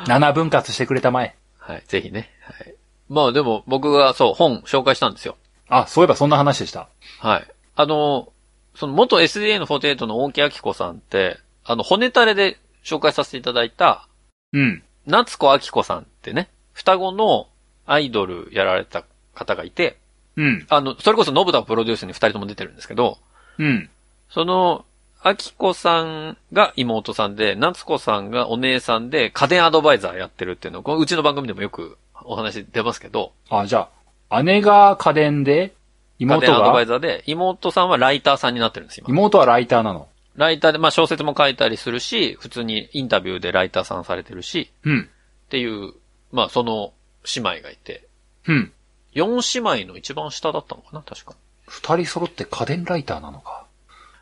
[SPEAKER 2] 7分割してくれたまえ。
[SPEAKER 1] はい、ぜひね。はい。まあでも、僕がそう、本紹介したんですよ。
[SPEAKER 2] あ、そういえばそんな話でした。
[SPEAKER 1] はい。あの、その元 SDA の48の大木明子さんって、あの、骨垂れで紹介させていただいた、
[SPEAKER 2] うん。
[SPEAKER 1] 夏子明子さんってね、双子のアイドルやられた方がいて、
[SPEAKER 2] うん。
[SPEAKER 1] あの、それこそ信太をプロデュースに二人とも出てるんですけど、
[SPEAKER 2] うん。
[SPEAKER 1] その、明子さんが妹さんで、夏子さんがお姉さんで家電アドバイザーやってるっていうのを、このうちの番組でもよくお話出ますけど、
[SPEAKER 2] あ、じゃあ、姉が家電で、
[SPEAKER 1] 家
[SPEAKER 2] 妹
[SPEAKER 1] 電アドバイ
[SPEAKER 2] が、
[SPEAKER 1] ザーで、妹さんはライターさんになってるんです、今。
[SPEAKER 2] 妹はライターなの。
[SPEAKER 1] ライターで、まあ小説も書いたりするし、普通にインタビューでライターさんされてるし、
[SPEAKER 2] うん。
[SPEAKER 1] っていう、まあその姉妹がいて、
[SPEAKER 2] うん。
[SPEAKER 1] 4姉妹の一番下だったのかな、確か。
[SPEAKER 2] 二人揃って家電ライターなのか。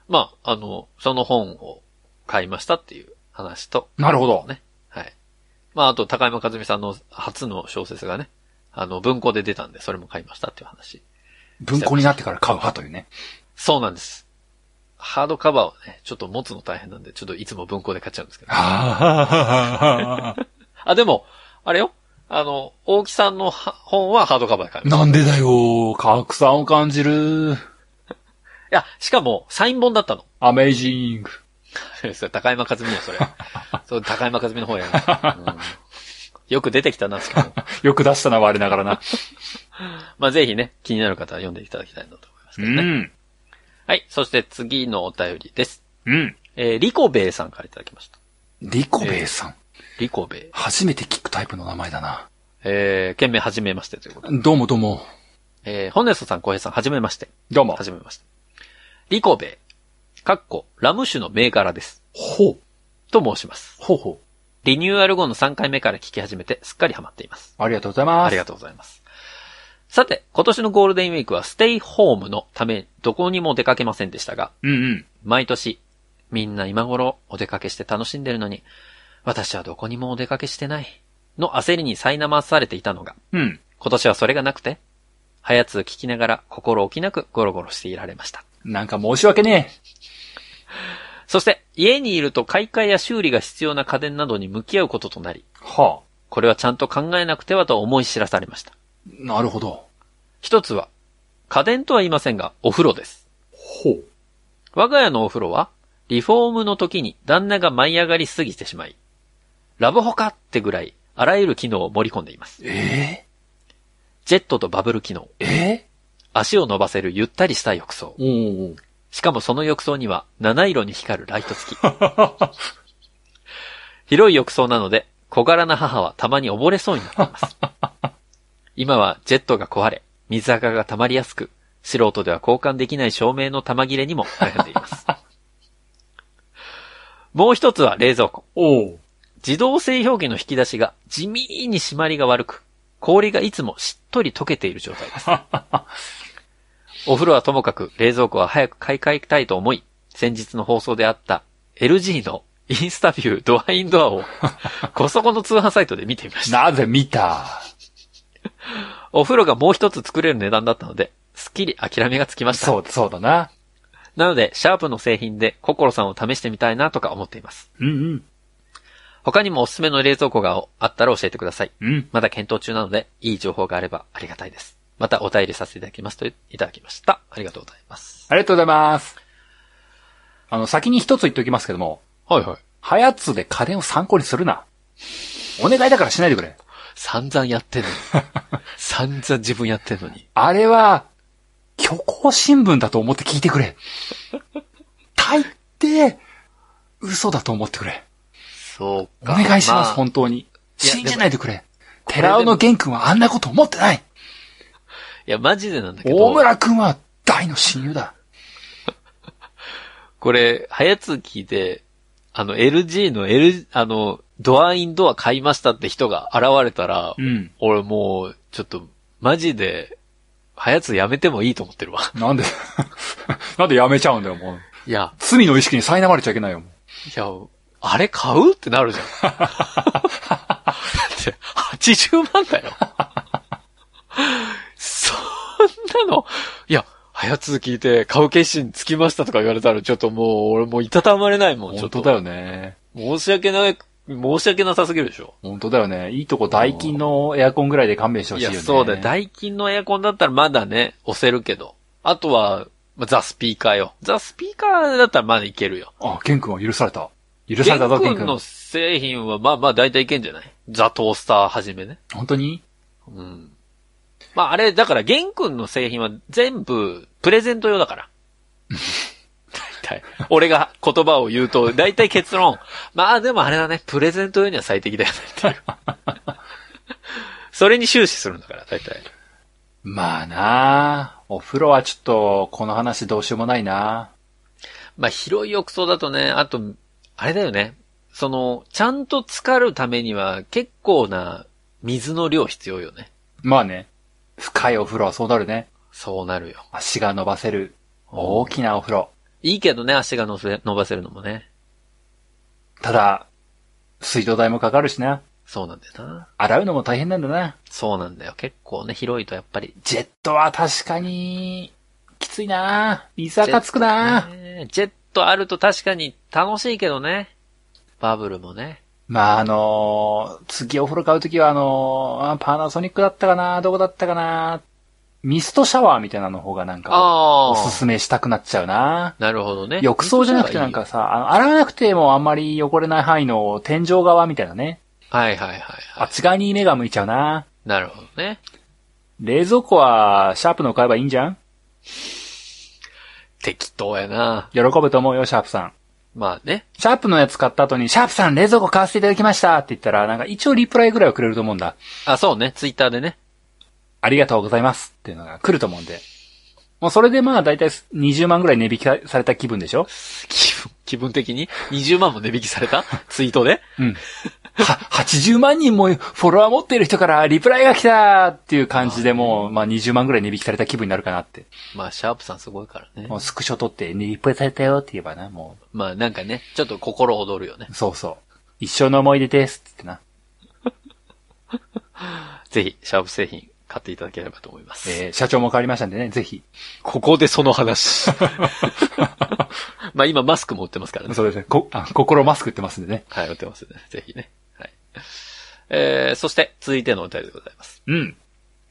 [SPEAKER 1] まあ、あの、その本を買いましたっていう話と、
[SPEAKER 2] なるほど。
[SPEAKER 1] ね。はい。まあ、あと、高山和美さんの初の小説がね、あの、文庫で出たんで、それも買いましたっていう話。
[SPEAKER 2] 文庫になってから買う派というね。
[SPEAKER 1] そうなんです。ハードカバーはね、ちょっと持つの大変なんで、ちょっといつも文庫で買っちゃうんですけど。
[SPEAKER 2] あ
[SPEAKER 1] あ、でも、あれよ。あの、大木さんのは本はハードカバーで買いました。
[SPEAKER 2] なんでだよ格差を感じる。
[SPEAKER 1] いや、しかも、サイン本だったの。
[SPEAKER 2] アメージング。
[SPEAKER 1] それ高山和美よ、それ。そう、高山和美の方や、うんよく出てきたな、しかも。
[SPEAKER 2] よく出したな、我ながらな。
[SPEAKER 1] まあ、ぜひね、気になる方は読んでいただきたいなと思います
[SPEAKER 2] う
[SPEAKER 1] けどね。
[SPEAKER 2] ん。
[SPEAKER 1] はい。そして次のお便りです。
[SPEAKER 2] うん。
[SPEAKER 1] えーリコベイさんからいただきました。
[SPEAKER 2] リコベイさん。
[SPEAKER 1] リコベイ。
[SPEAKER 2] 初めて聞くタイプの名前だな。
[SPEAKER 1] えー、件名はじめましてということで。
[SPEAKER 2] どうもどうも。
[SPEAKER 1] えー、ホネストさん、コヘイさん、はじめまして。
[SPEAKER 2] どうも
[SPEAKER 1] は。じめまして。リコベイ、かっこ、ラム酒の銘柄です。
[SPEAKER 2] ほう。
[SPEAKER 1] と申します。
[SPEAKER 2] ほうほ
[SPEAKER 1] リニューアル後の3回目から聞き始めて、すっかりハマっています。
[SPEAKER 2] う。ありがとうございます。
[SPEAKER 1] ありがとうございます。さて、今年のゴールデンウィークはステイホームのため、どこにも出かけませんでしたが、
[SPEAKER 2] う。うんうん。
[SPEAKER 1] 毎年、みんな今頃お出かけして楽しんでるのに、私はどこにもお出かけしてない。の焦りに苛まされていたのが、
[SPEAKER 2] うん。
[SPEAKER 1] 今年はそれがなくて、早津を聞きながら心置きなくゴロゴロしていられました。
[SPEAKER 2] なんか申し訳ね
[SPEAKER 1] そして、家にいると買い替えや修理が必要な家電などに向き合うこととなり、
[SPEAKER 2] え。は
[SPEAKER 1] これはちゃんと考えなくてはと思い知らされました。
[SPEAKER 2] あ。なるほど。
[SPEAKER 1] 一つは、家電とは言いませんが、お風呂です。
[SPEAKER 2] ほう。
[SPEAKER 1] 我が家のお風呂は、リフォームの時に旦那が舞い上がりすぎてしまい、ラブホカってぐらい、あらゆる機能を盛り込んでいます。
[SPEAKER 2] え
[SPEAKER 1] ジェットとバブル機能、
[SPEAKER 2] ええ
[SPEAKER 1] 足を伸ばせるゆったりした浴槽。
[SPEAKER 2] えおー。
[SPEAKER 1] しかもその浴槽には、七色に光るライト付き。広い浴槽なので、小柄な母はたまに溺れそうになっています。今はジェットが壊れ、水垢が溜まりやすく、素人では交換できない照明の玉切れにも悩んでいます。もう一つは冷蔵庫。
[SPEAKER 2] おー。
[SPEAKER 1] 自動製氷機の引き出しが地味に締まりが悪く、氷がいつもしっとり溶けている状態 です。お風呂はともかく冷蔵庫は早く買い替えたいと思い、先日の放送であった LG のインスタビュードアインド アをコソコの通販サイトで見てみました。
[SPEAKER 2] なぜ見た
[SPEAKER 1] お風呂がもう一つ作れる値段だったので、すっきり諦めがつきました。
[SPEAKER 2] そう、そうだな。
[SPEAKER 1] なので、シャープの製品で心さんを試してみたいなとか思っています。
[SPEAKER 2] うん
[SPEAKER 1] 他にもおすすめの冷蔵庫があったら教えてください。
[SPEAKER 2] うん。うん。
[SPEAKER 1] まだ検討中なので、いい情報があればありがたいです。またお便りさせていただきますと、いただきました。ありがとうございます。
[SPEAKER 2] ありがとうございます。あの、先に一つ言っておきますけども、
[SPEAKER 1] はいはい。
[SPEAKER 2] ハヤツで家電を参考にするな。お願いだからしないでくれ。
[SPEAKER 1] 散々や ってんのに。散々自分やってんのに。
[SPEAKER 2] あれは、虚構新聞だと思って聞いて くれ。大抵、嘘だと思ってくれ。
[SPEAKER 1] そう
[SPEAKER 2] お
[SPEAKER 1] か。
[SPEAKER 2] 願いします、
[SPEAKER 1] まあ
[SPEAKER 2] 本当に。
[SPEAKER 1] いや
[SPEAKER 2] 信じないでくれ。
[SPEAKER 1] れでも
[SPEAKER 2] 寺尾の玄君はあんなこと思ってない。
[SPEAKER 1] いや、マジでなんだけ
[SPEAKER 2] 大
[SPEAKER 1] ど、
[SPEAKER 2] 村君は大の親友だ。
[SPEAKER 1] これ、早月で、あの、LG の L、あの、ドアインドア買いましたって人が現れたら、
[SPEAKER 2] ん。
[SPEAKER 1] 俺もう、ちょっと、マジで、早津やめてもいいと思ってるわ。
[SPEAKER 2] なんで、 なんでやめちゃうんだよ、もう。
[SPEAKER 1] いや、
[SPEAKER 2] 罪の意識に苛まれちゃいけないよ。
[SPEAKER 1] いや、あれ買うってなるじゃん。だ って、80万だよ。そんなの、いや、早通聞いて、顔決心つきましたとか言われたら、ちょっともう、俺もういたたまれないもん、ちょ
[SPEAKER 2] 本
[SPEAKER 1] っと。
[SPEAKER 2] 当だよね。
[SPEAKER 1] 申し訳ない、申し訳なさすぎるでしょ。
[SPEAKER 2] 本当だよね。いいとこ、代金のエアコンぐらいで勘弁してほ
[SPEAKER 1] い
[SPEAKER 2] しいよ
[SPEAKER 1] や、
[SPEAKER 2] ね。
[SPEAKER 1] そうだよ。ダ金のエアコンだったらまだね、押せるけど。あとは、まあザ・スピーカーよ。ザ・スピーカーだったらまだいけるよ。
[SPEAKER 2] あ、ケン君は許された。許されたぞ、ケ
[SPEAKER 1] 玄
[SPEAKER 2] ン
[SPEAKER 1] 君
[SPEAKER 2] 君
[SPEAKER 1] の。製品はまあまあ大体いけんじゃないザ・トースターはじめね。
[SPEAKER 2] 本当に
[SPEAKER 1] うん。まああれ、だから玄君の製品は全部プレゼント用だから。大体。俺が言葉を言うと、大体結論。まあでもあれだね、プレゼント用には最適だよねっていう。それに終始するんだから、大体。
[SPEAKER 2] まあなお風呂はちょっと、この話どうしようもないな
[SPEAKER 1] まあ、広い浴槽だとね、あと、あれだよね。その、ちゃんと浸かるためには結構な水の量必要よね。
[SPEAKER 2] まあね。深いお風呂はそうなるね。
[SPEAKER 1] そうなるよ。
[SPEAKER 2] 足が伸ばせる。大きなお風呂。
[SPEAKER 1] いいけどね、足がのせ伸ばせるのもね。
[SPEAKER 2] ただ、水道代もかかるしな。
[SPEAKER 1] そうなんだよな。
[SPEAKER 2] 洗うのも大変なんだな。
[SPEAKER 1] そうなんだよ。結構ね、広いとやっぱり。
[SPEAKER 2] ジェットは確かに、きついな水垢つくな、
[SPEAKER 1] ねジェットあると確かに楽しいけどね。バブルもね。
[SPEAKER 2] まああのー次お風呂買うときはあのーあパナソニックだったかなどこだったかなミストシャワーみたいなの方がなんか、
[SPEAKER 1] あ
[SPEAKER 2] お
[SPEAKER 1] あ。
[SPEAKER 2] すすめしたくなっちゃうな
[SPEAKER 1] なるほどね。
[SPEAKER 2] 浴槽じゃなくてなんかさ、あの洗わなくてもあんまり汚れない範囲の天井側みたいなね。
[SPEAKER 1] はいはいはい
[SPEAKER 2] あ
[SPEAKER 1] は。
[SPEAKER 2] っち側に目が向いちゃうない
[SPEAKER 1] なるほどね。
[SPEAKER 2] 冷蔵庫は、シャープの買えばいいんじゃん
[SPEAKER 1] 適当やな。
[SPEAKER 2] 喜ぶと思うよ、シャープさん。
[SPEAKER 1] まあね。
[SPEAKER 2] シャープのやつ買った後に、シャープさん冷蔵庫買わせていただきましたって言ったら、なんか一応リプライぐらいはくれると思うんだ。
[SPEAKER 1] あ、そうね。ツイッターでね。
[SPEAKER 2] ありがとうございますっていうのが来ると思うんで。もうそれでまあ大体20万ぐらい値引きされた気分でしょ
[SPEAKER 1] 気分、気分的に20万も値引きさ れたツイートで
[SPEAKER 2] うん。は、80万人もフォロワー持ってる人からリプライが来たっていう感じでもう、まあ20万ぐらい値引きされた気分になるかなって。
[SPEAKER 1] まあ、シャープさんすごいからね
[SPEAKER 2] も。うスクショ撮ってリプライされたよって言えばな、も
[SPEAKER 1] まあ、なんかね、ちょっと心躍るよね
[SPEAKER 2] う。。そうそう。一生の思い出ですって言ってな。
[SPEAKER 1] ぜひ、シャープ製品買っていただければと思います。
[SPEAKER 2] えー、社長も変わりましたんでね、ぜひ。
[SPEAKER 1] ここでその 話。まあ、今マスクも売ってますからね。
[SPEAKER 2] そうですね。こ、あ、心マスクってますんでね。
[SPEAKER 1] はい、売ってますね。ぜひね。はい。えー、そして、続いてのお便りでございます。
[SPEAKER 2] うん。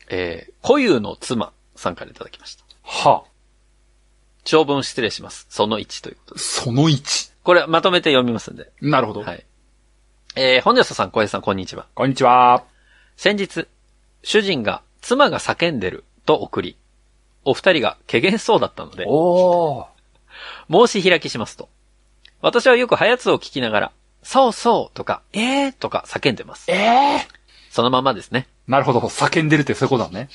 [SPEAKER 1] えー、固有の妻さんからいただきました。
[SPEAKER 2] は
[SPEAKER 1] 長文失礼します。その1ということです。
[SPEAKER 2] その1。
[SPEAKER 1] これ、まとめて読みますんで。
[SPEAKER 2] なるほど。
[SPEAKER 1] はい。えー、本日さん、小平さん、こんにちは。
[SPEAKER 2] こんにちは。
[SPEAKER 1] 先日、主人が妻が叫んでると送り、お二人が怪げそうだったので、
[SPEAKER 2] おー。
[SPEAKER 1] 申し開きしますと。私はよくハヤツを聞きながら、そうそうとか、えーとか叫んでます。
[SPEAKER 2] ええ
[SPEAKER 1] そのままですね。
[SPEAKER 2] なるほど。叫んでるってそういうことだね。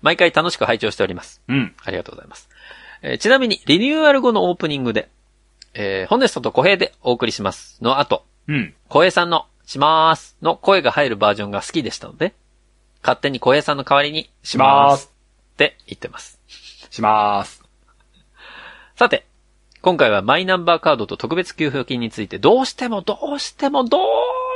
[SPEAKER 1] 毎回楽しく拝聴しております。
[SPEAKER 2] うん。
[SPEAKER 1] ありがとうございます。えーちなみに、リニューアル後のオープニングで、えー、ホネストと小平でお送りしますの後、
[SPEAKER 2] うん。
[SPEAKER 1] 小平さんの、しまーすの声が入るバージョンが好きでしたので、勝手に小平さんの代わりに、しまーすって言ってます。
[SPEAKER 2] しまーす。
[SPEAKER 1] さて、今回はマイナンバーカードと特別給付金についてどうしてもどうしてもど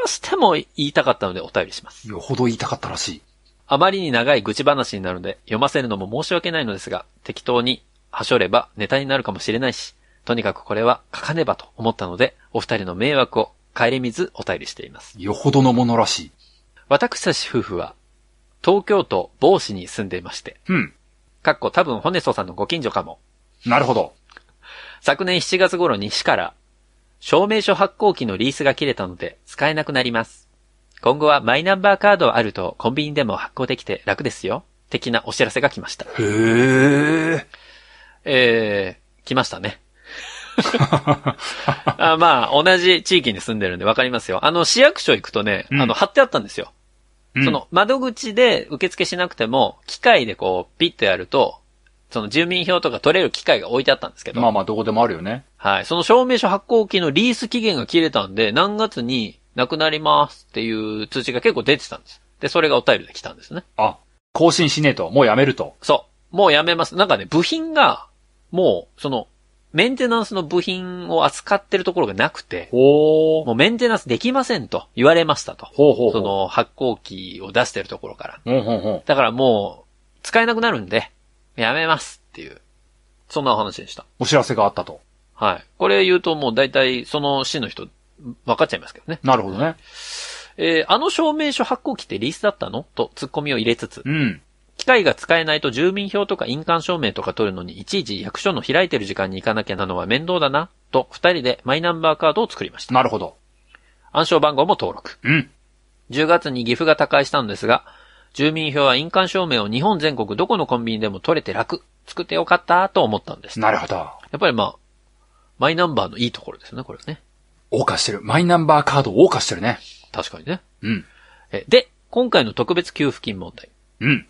[SPEAKER 1] うしても言いたかったのでお便りします。
[SPEAKER 2] よほど言いたかったらしい。
[SPEAKER 1] あまりに長い愚痴話になるので読ませるのも申し訳ないのですが、適当に端折ればネタになるかもしれないし、とにかくこれは書かねばと思ったので、お二人の迷惑を顧みずお便りしています。
[SPEAKER 2] よほどのものらしい。
[SPEAKER 1] 私たち夫婦は、東京都某市に住んでいまして、
[SPEAKER 2] うん。
[SPEAKER 1] かっこ多分ホネソさんのご近所かも、
[SPEAKER 2] なるほど。
[SPEAKER 1] 昨年7月頃に市から、証明書発行機のリースが切れたので使えなくなります。今後はマイナンバーカードあるとコンビニでも発行できて楽ですよ。的なお知らせが来ました。
[SPEAKER 2] へー。
[SPEAKER 1] えー、来ました ね。あまあ、同じ地域に住んでるんでわかりますよ。あの、市役所行くとね、
[SPEAKER 2] うん
[SPEAKER 1] あの、貼ってあったんですよ。
[SPEAKER 2] うん
[SPEAKER 1] そ、の、窓口で受付しなくても、機械でこう、ピッとやると、その住民票とか取れる機械が置いてあったんですけど。
[SPEAKER 2] まあまあ、どこでもあるよね。
[SPEAKER 1] はい。その証明書発行機のリース期限が切れたんで、何月になくなりますっていう通知が結構出てたんです。で、それがお便りで来たんですね。
[SPEAKER 2] あ、更新しねえと。もうやめると。
[SPEAKER 1] そう。もうやめます。なんかね、部品が、もう、その、メンテナンスの部品を扱ってるところがなくて、
[SPEAKER 2] ほー。
[SPEAKER 1] もうメンテナンスできませんと言われましたと。
[SPEAKER 2] ほうほうほう。
[SPEAKER 1] そ、の発行機を出してるところから。
[SPEAKER 2] うん、ほうほ
[SPEAKER 1] だからもう、使えなくなるんで、やめますっていうそんなお話でした。
[SPEAKER 2] お知らせがあったと。
[SPEAKER 1] はい。これ言うともう大体その市の人、分かっちゃいますけどね。
[SPEAKER 2] なるほどね。
[SPEAKER 1] えーあの証明書発行機ってリースだったのと突っ込みを入れつつ、
[SPEAKER 2] うん。
[SPEAKER 1] 機械が使えないと住民票とか印鑑証明とか取るのにいちいち役所の開いてる時間に行かなきゃなのは面倒だな、と二人でマイナンバーカードを作りました。
[SPEAKER 2] なるほど。
[SPEAKER 1] 暗証番号も登録。
[SPEAKER 2] うん。
[SPEAKER 1] 10月に岐阜が他界したのですが、住民票は印鑑証明を日本全国どこのコンビニでも取れて楽。作ってよかったと思ったんです。や
[SPEAKER 2] なるほど。
[SPEAKER 1] っぱりまあ、マイナンバーのいいところですよね、これね。
[SPEAKER 2] 謳歌してる。マイナンバーカードを謳歌してるね。
[SPEAKER 1] 確かにね。
[SPEAKER 2] うん。
[SPEAKER 1] えで、今回の特別給付金問題。
[SPEAKER 2] うん。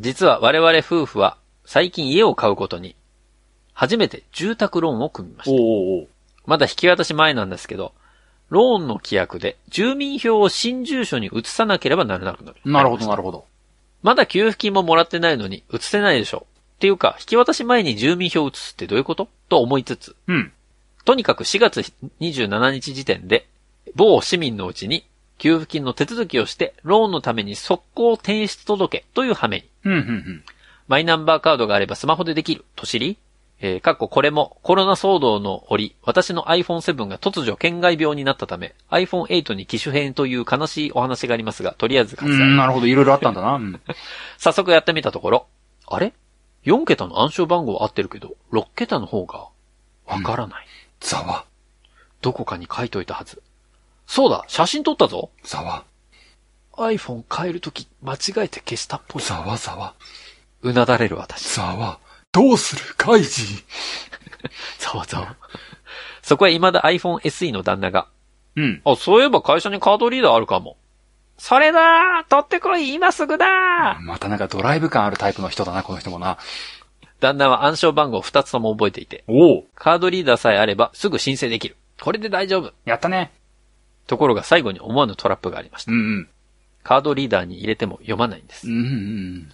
[SPEAKER 1] 実は我々夫婦は最近家を買うことに、初めて住宅ローンを組みました。
[SPEAKER 2] おうおう
[SPEAKER 1] まだ引き渡し前なんですけど、ローンの規約で住民票を新住所に移さなければならなくなる。
[SPEAKER 2] なるほど、なるほど。
[SPEAKER 1] まだ給付金ももらってないのに移せないでしょ。っていうか、引き渡し前に住民票を移すってどういうことと思いつつ、
[SPEAKER 2] うん。
[SPEAKER 1] とにかく4月27日時点で、某市民のうちに給付金の手続きをして、ローンのために速攻転出届という羽目に、
[SPEAKER 2] うん、うん、うん。
[SPEAKER 1] マイナンバーカードがあればスマホでできると知り、えー、かっここれもコロナ騒動の折、私の iPhone7 が突如県外病になったため、iPhone8 に機種変という悲しいお話がありますが、とりあえず
[SPEAKER 2] う
[SPEAKER 1] 割愛
[SPEAKER 2] ん、なるほど。いろいろあったんだな。うん。
[SPEAKER 1] 早速やってみたところ、あれ ?4 桁の暗証番号は合ってるけど、6桁の方がわからない。
[SPEAKER 2] ざわ、
[SPEAKER 1] どこかに書いといたはず。そうだ、写真撮ったぞ。
[SPEAKER 2] ざわ、
[SPEAKER 1] iPhone 変えるとき間違えて消したっぽい。
[SPEAKER 2] ざわざわ、
[SPEAKER 1] うなだれる私。
[SPEAKER 2] ざわ。どうする、カイジ。
[SPEAKER 1] ざわざわ。そこへ未だ iPhone SE の旦那が、
[SPEAKER 2] うん。
[SPEAKER 1] あ、そういえば会社にカードリーダーあるかも。それだー取ってこい今すぐだー
[SPEAKER 2] またなんかドライブ感あるタイプの人だな、この人もな。
[SPEAKER 1] 旦那は暗証番号を2つとも覚えていて、
[SPEAKER 2] おお
[SPEAKER 1] カードリーダーさえあればすぐ申請できる。これで大丈夫。
[SPEAKER 2] やったね。
[SPEAKER 1] ところが最後に思わぬトラップがありました
[SPEAKER 2] う。ん、うん。
[SPEAKER 1] カードリーダーに入れても読まないんで
[SPEAKER 2] う
[SPEAKER 1] す。
[SPEAKER 2] ん、うん、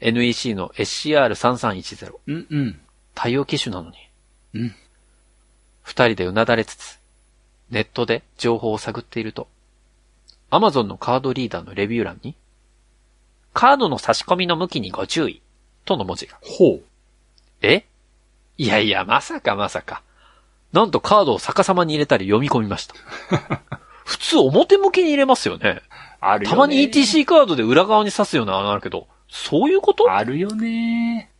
[SPEAKER 1] NEC の SCR3310。
[SPEAKER 2] うん。うん、うん。
[SPEAKER 1] 対応機種なのに。
[SPEAKER 2] うん。
[SPEAKER 1] 二人でうなだれつつ、ネットで情報を探っていると、Amazon のカードリーダーのレビュー欄に、カードの差し込みの向きにご注意、との文字が。
[SPEAKER 2] ほう。
[SPEAKER 1] えいやいや、まさかまさか。なんとカードを逆さまに入れたり読み込みました。 普通表向きに入れますよね。
[SPEAKER 2] あるよね。
[SPEAKER 1] たまに ETC カードで裏側に刺すようなのあるけど、そういうこと
[SPEAKER 2] あるよね。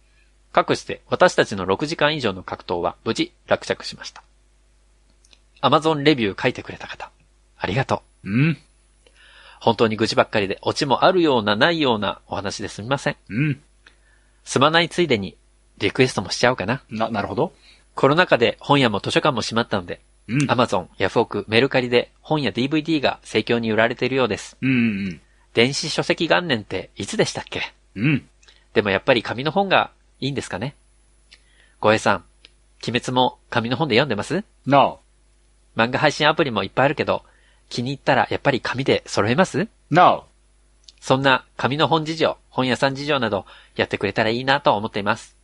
[SPEAKER 1] かくして私たちの6時間以上の格闘は無事落着しました。Amazon レビュー書いてくれた方、ありがとう。
[SPEAKER 2] うん、
[SPEAKER 1] 本当に愚痴ばっかりでオチもあるようなないようなお話ですみません。
[SPEAKER 2] うん。
[SPEAKER 1] すまないついでにリクエストもしちゃおうかな。
[SPEAKER 2] な、なるほど。
[SPEAKER 1] コロナ禍で本屋も図書館も閉まったので、
[SPEAKER 2] うん。
[SPEAKER 1] Amazon、ヤフオク、メルカリで本や DVD が盛況に売られているようです。
[SPEAKER 2] うん、うん、
[SPEAKER 1] 電子書籍元年っていつでしたっけ
[SPEAKER 2] うん。うん。
[SPEAKER 1] でもやっぱり紙の本がいいんですかねごえさん、鬼滅も紙の本で読んでます
[SPEAKER 2] なあ。
[SPEAKER 1] 漫画配信アプリもいっぱいあるけど、気に入ったらやっぱり紙で揃えます
[SPEAKER 2] なあ。
[SPEAKER 1] そんな紙の本事情、本屋さん事情などやってくれたらいいなと思っています。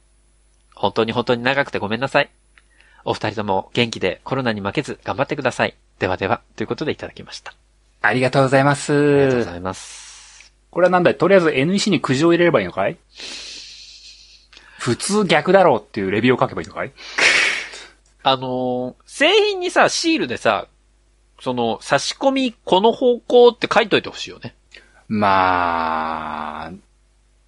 [SPEAKER 1] 本当に本当に長くてごめんなさい。お二人とも元気でコロナに負けず頑張ってください。ではでは、ということでいただきました。
[SPEAKER 2] ありがとうございま
[SPEAKER 1] ありがとうご
[SPEAKER 2] す。
[SPEAKER 1] ざいます。
[SPEAKER 2] これはなんだいとりあえず NEC にくじを入れればいいのかい普通逆だろうっていうレビューを書けばいいのかい
[SPEAKER 1] あのー製品にさ、シールでさ、その、差し込み、この方向って書いといてほしいよね。
[SPEAKER 2] まあ、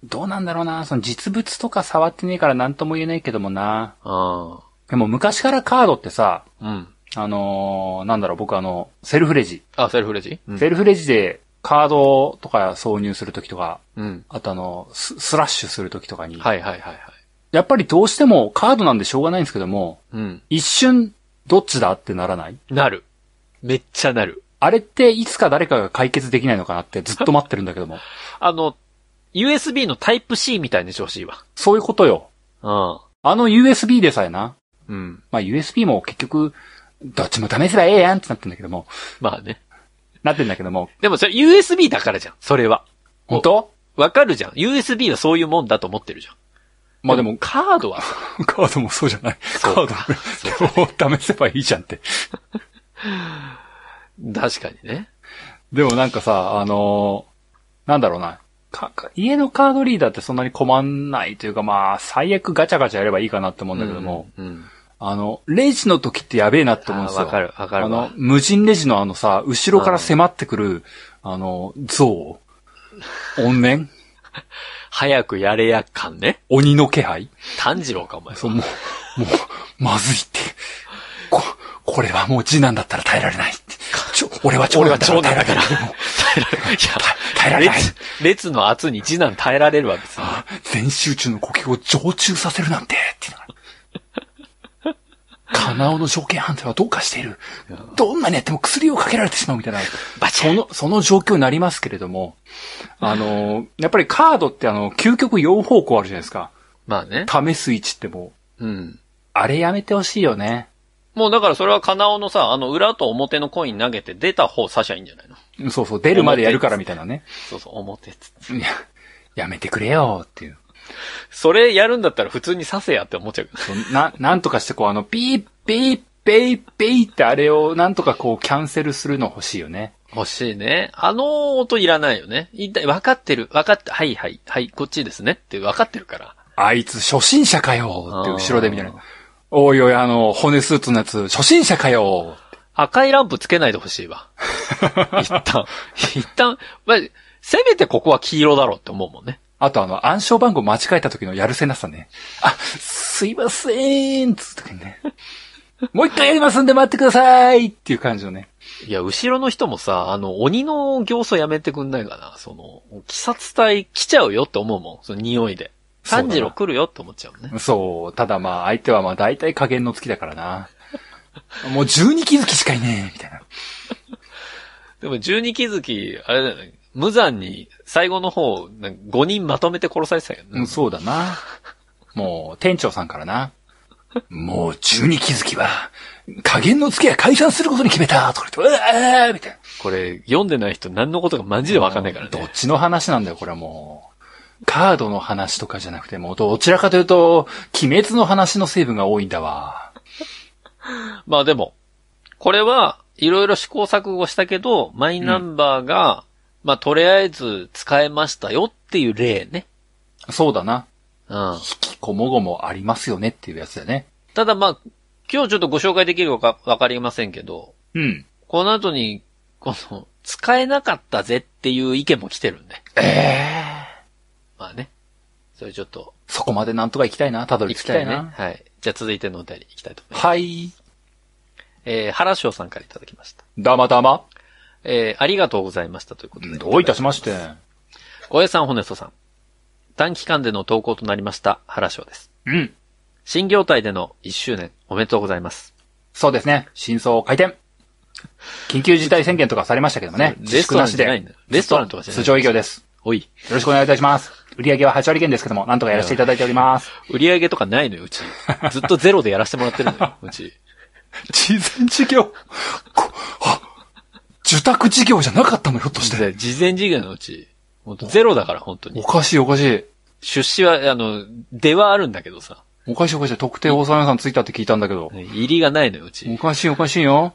[SPEAKER 2] どうなんだろうな。その実物とか触ってねえから何とも言えないけどもな。
[SPEAKER 1] あ
[SPEAKER 2] でも昔からカードってさ、
[SPEAKER 1] あ。うん。
[SPEAKER 2] あのーなんだろう、僕あの、セルフレジ。
[SPEAKER 1] あ、セルフレジうん。
[SPEAKER 2] セルフレジでカードとか挿入するときとか、
[SPEAKER 1] うん。
[SPEAKER 2] あとあの、ススラッシュするときとかに、
[SPEAKER 1] はいはいはいはい。
[SPEAKER 2] やっぱりどうしてもカードなんでしょうがないんですけども、
[SPEAKER 1] うん。
[SPEAKER 2] 一瞬どっちだってならない
[SPEAKER 1] なる。めっちゃなる。
[SPEAKER 2] あれっていつか誰かが解決できないのかなってずっと待ってるんだけど も。
[SPEAKER 1] あの、USB のタイプ C みたいにしてほしいわ。
[SPEAKER 2] そういうことよ。あの USB でさえな。
[SPEAKER 1] うん。うん。
[SPEAKER 2] まあ USB も結局、どっちも試せばええやんってなってんだけども。
[SPEAKER 1] まあね。
[SPEAKER 2] なってんだけども。
[SPEAKER 1] でもそれ USB だからじゃん。それは。
[SPEAKER 2] 本当
[SPEAKER 1] わかるじゃん。USB はそういうもんだと思ってるじゃん。
[SPEAKER 2] まあでも、
[SPEAKER 1] カードはさ、
[SPEAKER 2] カードもそうじゃない。カ
[SPEAKER 1] う
[SPEAKER 2] ー
[SPEAKER 1] か
[SPEAKER 2] ドも試せばいいじゃんって。
[SPEAKER 1] 確かにね。
[SPEAKER 2] でもなんかさ、あのーなんだろうな。かか家のカードリーダーってそんなに困んないというか、まあ、最悪ガチャガチャやればいいかなって思うんだけども、
[SPEAKER 1] うん。うん。
[SPEAKER 2] あの、レジの時ってやべえなって思うんです
[SPEAKER 1] あ
[SPEAKER 2] よ。
[SPEAKER 1] ーわかるわかるわ
[SPEAKER 2] あの、無人レジのあのさ、後ろから迫ってくる、あの、像怨念
[SPEAKER 1] 早くやれや感ね。
[SPEAKER 2] 鬼の気配
[SPEAKER 1] 炭治郎か、お前。
[SPEAKER 2] そう、もう、もう、まずいって。こ、これはもう次男だったら耐えられないって。ちょ、俺は長
[SPEAKER 1] 俺
[SPEAKER 2] 男
[SPEAKER 1] は長男
[SPEAKER 2] だったら
[SPEAKER 1] だ
[SPEAKER 2] 耐
[SPEAKER 1] か
[SPEAKER 2] え
[SPEAKER 1] ら。
[SPEAKER 2] ら
[SPEAKER 1] 耐
[SPEAKER 2] れない。
[SPEAKER 1] えられ ない。
[SPEAKER 2] 耐えら
[SPEAKER 1] い
[SPEAKER 2] れ
[SPEAKER 1] や、
[SPEAKER 2] ない
[SPEAKER 1] 列、列の圧に次男耐えられるわ、別に。
[SPEAKER 2] 全集中の呼吸を常駐させるなんて、っていうのが。カナオの条件判定はどうかしている。どんなにやっても薬をかけられてしまうみたいな。
[SPEAKER 1] バチャ
[SPEAKER 2] その、その状況になりますけれども、あの、やっぱりカードってあの、究極4方向あるじゃないですか。
[SPEAKER 1] まあね。
[SPEAKER 2] 試す位置ってもう、
[SPEAKER 1] うん。
[SPEAKER 2] あれやめてほしいよね。
[SPEAKER 1] もうだからそれはカナオのさ、あの、裏と表のコイン投げて出た方刺しゃいいんじゃないの
[SPEAKER 2] そうそう、出るまでやるからみたいなね。
[SPEAKER 1] そうそう、表っつって。
[SPEAKER 2] いや、やめてくれよっていう。
[SPEAKER 1] それやるんだったら普通に刺せやって思っちゃうけど。
[SPEAKER 2] そうな、なんとかしてこうあの、ピー、ピー、ペイ、ペイってあれをなんとかこうキャンセルするの欲しいよね。
[SPEAKER 1] 欲しいね。あの音いらないよね。一体分かってる。分かって、はいはい、はい、こっちですねって分かってるから。
[SPEAKER 2] あいつ初心者かよって
[SPEAKER 1] あー
[SPEAKER 2] 後ろで見たら。おいおいあの、骨スーツのやつ、初心者かよ
[SPEAKER 1] 赤いランプつけないでほしい わ。一旦、一旦、まあ、せめてここは黄色だろうって思うもんね。
[SPEAKER 2] あとあの、暗証番号間違えた時のやるせなさね。あ、すいませんつっ てね。もう一回やりますんで待ってくださいっていう感じのね。
[SPEAKER 1] いや、後ろの人もさ、あの、鬼の行走やめてくんないかな。その、鬼殺隊来ちゃうよって思うもん。その匂いで。
[SPEAKER 2] そうだな
[SPEAKER 1] 炭治郎来るよって思っちゃうね。
[SPEAKER 2] そう、ただまあ相手はまあ大体加減の月だからな。もう12気づきしかいねえみたいな。
[SPEAKER 1] でも、十二気づき、あれだよね。無残に、最後の方、なんか5人まとめて殺されてたよね。
[SPEAKER 2] うん、そうだな。もう、店長さんからな。もう、12気づきは、加減の付けは解散することに決めたとか言って、うわーみたいな。
[SPEAKER 1] これ、読んでない人何のことかマジでわかんないから
[SPEAKER 2] どっ
[SPEAKER 1] ね。
[SPEAKER 2] ちの話なんだよ、これはもう。カードの話とかじゃなくて、もう、どちらかというと、鬼滅の話の成分が多いんだわ。
[SPEAKER 1] まあでも、これは、いろいろ試行錯誤したけど、マイナンバーが、まあとりあえず使えましたよっていう例ね。
[SPEAKER 2] そうだな。
[SPEAKER 1] うん。
[SPEAKER 2] 引きこもごもありますよねっていうやつだよね。
[SPEAKER 1] ただまあ、今日ちょっとご紹介できるかわかりませんけど、
[SPEAKER 2] うん。
[SPEAKER 1] この後に、この、使えなかったぜっていう意見も来てるんで。
[SPEAKER 2] ええー。
[SPEAKER 1] まあね。それちょっと、
[SPEAKER 2] そこまでなんとか行きたいな、たどり
[SPEAKER 1] 行
[SPEAKER 2] 着
[SPEAKER 1] き
[SPEAKER 2] きた
[SPEAKER 1] た
[SPEAKER 2] い
[SPEAKER 1] い
[SPEAKER 2] な。
[SPEAKER 1] ね。はい。じゃあ続いてのお便り行きたいと思います。
[SPEAKER 2] はい。
[SPEAKER 1] えー、原翔さんからいただきました。
[SPEAKER 2] だまだま。
[SPEAKER 1] えー、ありがとうございましたということで。
[SPEAKER 2] どういたしまして。
[SPEAKER 1] 小江さん、ホネストさん。短期間での投稿となりました、原翔です。
[SPEAKER 2] うん。
[SPEAKER 1] 新業態での1周年、おめでとうございます。
[SPEAKER 2] そうですね。真相回転。緊急事態宣言とかされましたけどもね。
[SPEAKER 1] レストランじゃないんだよレストランとかじゃない
[SPEAKER 2] 通常営業です。
[SPEAKER 1] おい、
[SPEAKER 2] よろしくお願いいたします。売り上げは8割減ですけども、なんとかやらせていただいております。
[SPEAKER 1] 売り上げとかないのよ、 うち。ずっとゼロでやらせてもらってるのよ、うち。
[SPEAKER 2] 事前事業こあ、受託事業じゃなかったのひょっとして。
[SPEAKER 1] で事前事業のうち、ほんとゼロだから、本当
[SPEAKER 2] お
[SPEAKER 1] に。
[SPEAKER 2] かしいおかしい。
[SPEAKER 1] 出資は、あの、出はあるんだけどさ。
[SPEAKER 2] おかしいおかしい。特定大沢さんツイッターって聞いたんだけど。
[SPEAKER 1] 入りがないのよ、う
[SPEAKER 2] お
[SPEAKER 1] ち。
[SPEAKER 2] かしいおかしいよ。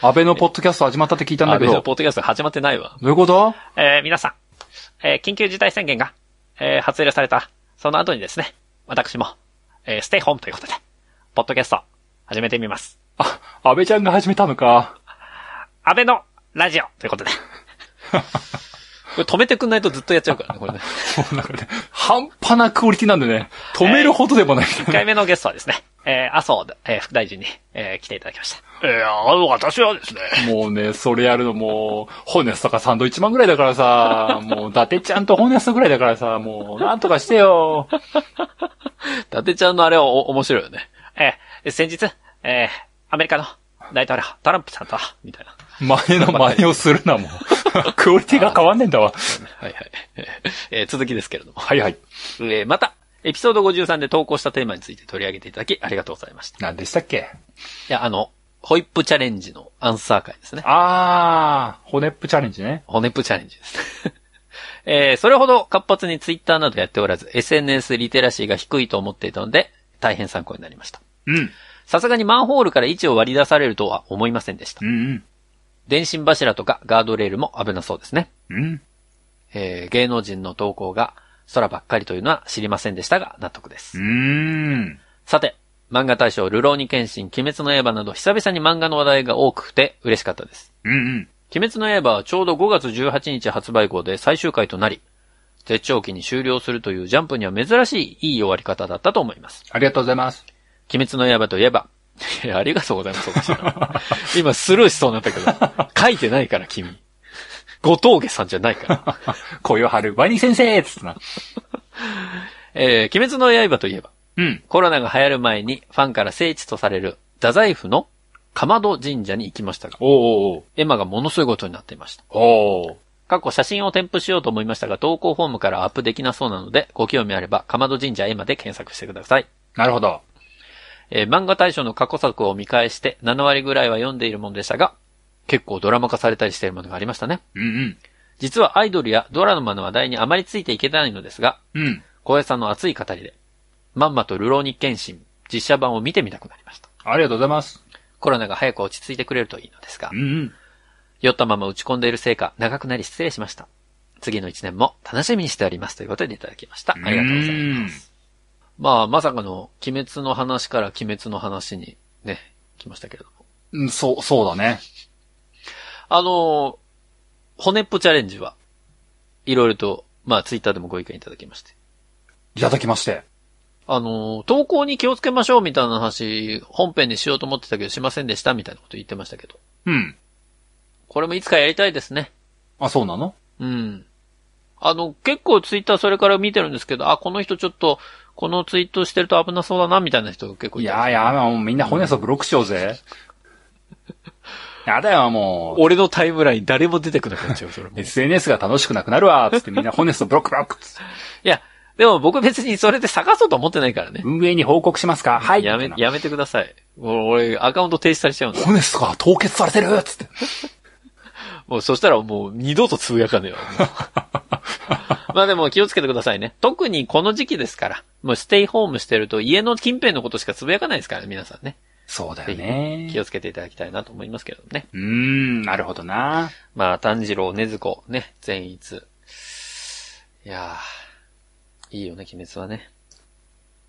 [SPEAKER 2] 安倍のポッドキャスト始まったって聞いたんだ
[SPEAKER 1] 安
[SPEAKER 2] け
[SPEAKER 1] 倍
[SPEAKER 2] ど。
[SPEAKER 1] の
[SPEAKER 2] ど
[SPEAKER 1] ポッドキャスト始まってないわ。
[SPEAKER 2] ういうこと
[SPEAKER 1] えー皆さん、えー緊急事態宣言が、えー発令された、その後にですね、私も、えーステイホームということで、ポッドキャスト、始めてみます。
[SPEAKER 2] あ、安倍ちゃんが始めたのか。
[SPEAKER 1] 安倍のラジオとい うことで。これ止めてくんないとずっとやっちゃうからね、こ れね。
[SPEAKER 2] もうなんかね、半端なクオリティなんでね、止めるほどでもないみたい
[SPEAKER 1] 1
[SPEAKER 2] な。
[SPEAKER 1] 回目のゲストはですね、えー麻生、えー副大臣に、えー来ていただきました。
[SPEAKER 3] えー、あの、私はですね、
[SPEAKER 2] もうね、それやるのもう、ホネスとかサンドイッチマンぐらいだからさ、もう、伊達ちゃんとホネストぐらいだからさ、もう、なんとかしてよ。
[SPEAKER 1] 伊達ちゃんのあれはお面白いよね。えー先日、えーアメリカの大統領、トランプさんと、みたいな。
[SPEAKER 2] 前の前をするな、もう。クオリティが変わんねえんだ
[SPEAKER 1] は
[SPEAKER 2] わ。
[SPEAKER 1] いはい。えー続きですけれども。
[SPEAKER 2] はいはい。
[SPEAKER 1] えーまた、エピソード53で投稿したテーマについて取り上げていただき、ありがとうございました。い
[SPEAKER 2] 何でしたっけ
[SPEAKER 1] や、あの、ホイップチャレンジのアンサー会ですね。
[SPEAKER 2] あー、骨っぷチャレンジね。
[SPEAKER 1] ホネップチャレンジです。 えーそれほど活発にツイッターなどやっておらず、SNS リテラシーが低いと思っていたので、大変参考になりました。
[SPEAKER 2] うん。
[SPEAKER 1] さすがにマンホールから位置を割り出されるとは思いませんでした
[SPEAKER 2] う。ん
[SPEAKER 1] 電信柱とかガードレールも危なそうですね。
[SPEAKER 2] うん。うん。
[SPEAKER 1] えー芸能人の投稿が空ばっかりというのは知りませんでしたが納得で
[SPEAKER 2] う
[SPEAKER 1] す。
[SPEAKER 2] ーん。
[SPEAKER 1] さて、漫画大賞、ルローニケンシン、鬼滅の刃など久々に漫画の話題が多くて嬉しかったです。
[SPEAKER 2] うんうん。
[SPEAKER 1] 鬼滅の刃はちょうど5月18日発売後で最終回となり、絶頂期に終了するというジャンプには珍しいいい終わり方だったと思います。
[SPEAKER 2] ありがとうございます。
[SPEAKER 1] 鬼滅の刃といえば、いやありがとうございます、おかしいな今スルーしそうになったけど、書いてないから君。後藤家さんじゃないから。
[SPEAKER 2] 小夜春、ワニ先生つってな。
[SPEAKER 1] えー、鬼滅の刃といえば、
[SPEAKER 2] うん。
[SPEAKER 1] コロナが流行る前にファンから聖地とされる、太宰府のかまど神社に行きましたが、
[SPEAKER 2] おう
[SPEAKER 1] 絵馬がものすごいことになっていました。
[SPEAKER 2] おうおうおう
[SPEAKER 1] 過去写真を添付しようと思いましたが、投稿フォームからアップできなそうなので、ご興味あれば、かまど神社絵馬で検索してください。
[SPEAKER 2] なるほど。
[SPEAKER 1] えー漫画大賞の過去作を見返して、7割ぐらいは読んでいるものでしたが、結構ドラマ化されたりしているものがありましたね。
[SPEAKER 2] うんうん。
[SPEAKER 1] 実はアイドルやドラマの話題にあまりついていけないのですが、
[SPEAKER 2] うん。
[SPEAKER 1] 小林さんの熱い語りで、まんまとルローニケンシン、実写版を見てみたくなりました。
[SPEAKER 2] ありがとうございます。
[SPEAKER 1] コロナが早く落ち着いてくれるといいのですが
[SPEAKER 2] う、んうん。
[SPEAKER 1] 酔ったまま打ち込んでいるせいか、長くなり失礼しました。次の一年も楽しみにしておりますということでいただきました。ありがとうございます。まあ、まさかの、鬼滅の話から鬼滅の話にね、来ましたけれども。
[SPEAKER 2] うんそう、そうだね。
[SPEAKER 1] あのー骨っぽチャレンジは、いろいろと、まあ、ツイッターでもご意見いただきまして。
[SPEAKER 2] いただきまして。
[SPEAKER 1] あのー投稿に気をつけましょうみたいな話、本編にしようと思ってたけどしませんでしたみたいなこと言ってましたけど。
[SPEAKER 2] うん。
[SPEAKER 1] これもいつかやりたいですね。
[SPEAKER 2] あ、そうなの
[SPEAKER 1] うん。あの、結構ツイッターそれから見てるんですけど、あ、この人ちょっと、このツイートしてると危なそうだな、みたいな人結構
[SPEAKER 2] い
[SPEAKER 1] いた
[SPEAKER 2] やいや、もうみんな骨そブロックしよう ぜ。やだよ、も
[SPEAKER 1] 俺のタイムライン誰も出てくなくなっちゃ う、それも
[SPEAKER 2] う。SNS が楽しくなくなるわ、つってみんな骨そブロックブロックっつって。
[SPEAKER 1] いや、でも僕別にそれで探そうと思ってないからね。
[SPEAKER 2] 運営に報告しますかはい。
[SPEAKER 1] や
[SPEAKER 2] み
[SPEAKER 1] め
[SPEAKER 2] たい、な
[SPEAKER 1] やめてください。もう俺、アカウント停止されちゃうんで。
[SPEAKER 2] ホネストが凍結されてるっつって。
[SPEAKER 1] もうそしたらもう二度とつぶや かねえわ。もうまあでも気をつけてくださいね。特にこの時期ですから。もうステイホームしてると家の近辺のことしかつぶやかないですからね、皆さんね。
[SPEAKER 2] そうだ
[SPEAKER 1] ぜ
[SPEAKER 2] よ
[SPEAKER 1] ひ
[SPEAKER 2] ね。
[SPEAKER 1] 気をつけていただきたいなと思いますけどね。
[SPEAKER 2] うーん、なるほどな。
[SPEAKER 1] まあ、炭治郎、禰豆子、ね、善逸。いやー、いいよね、鬼滅はね。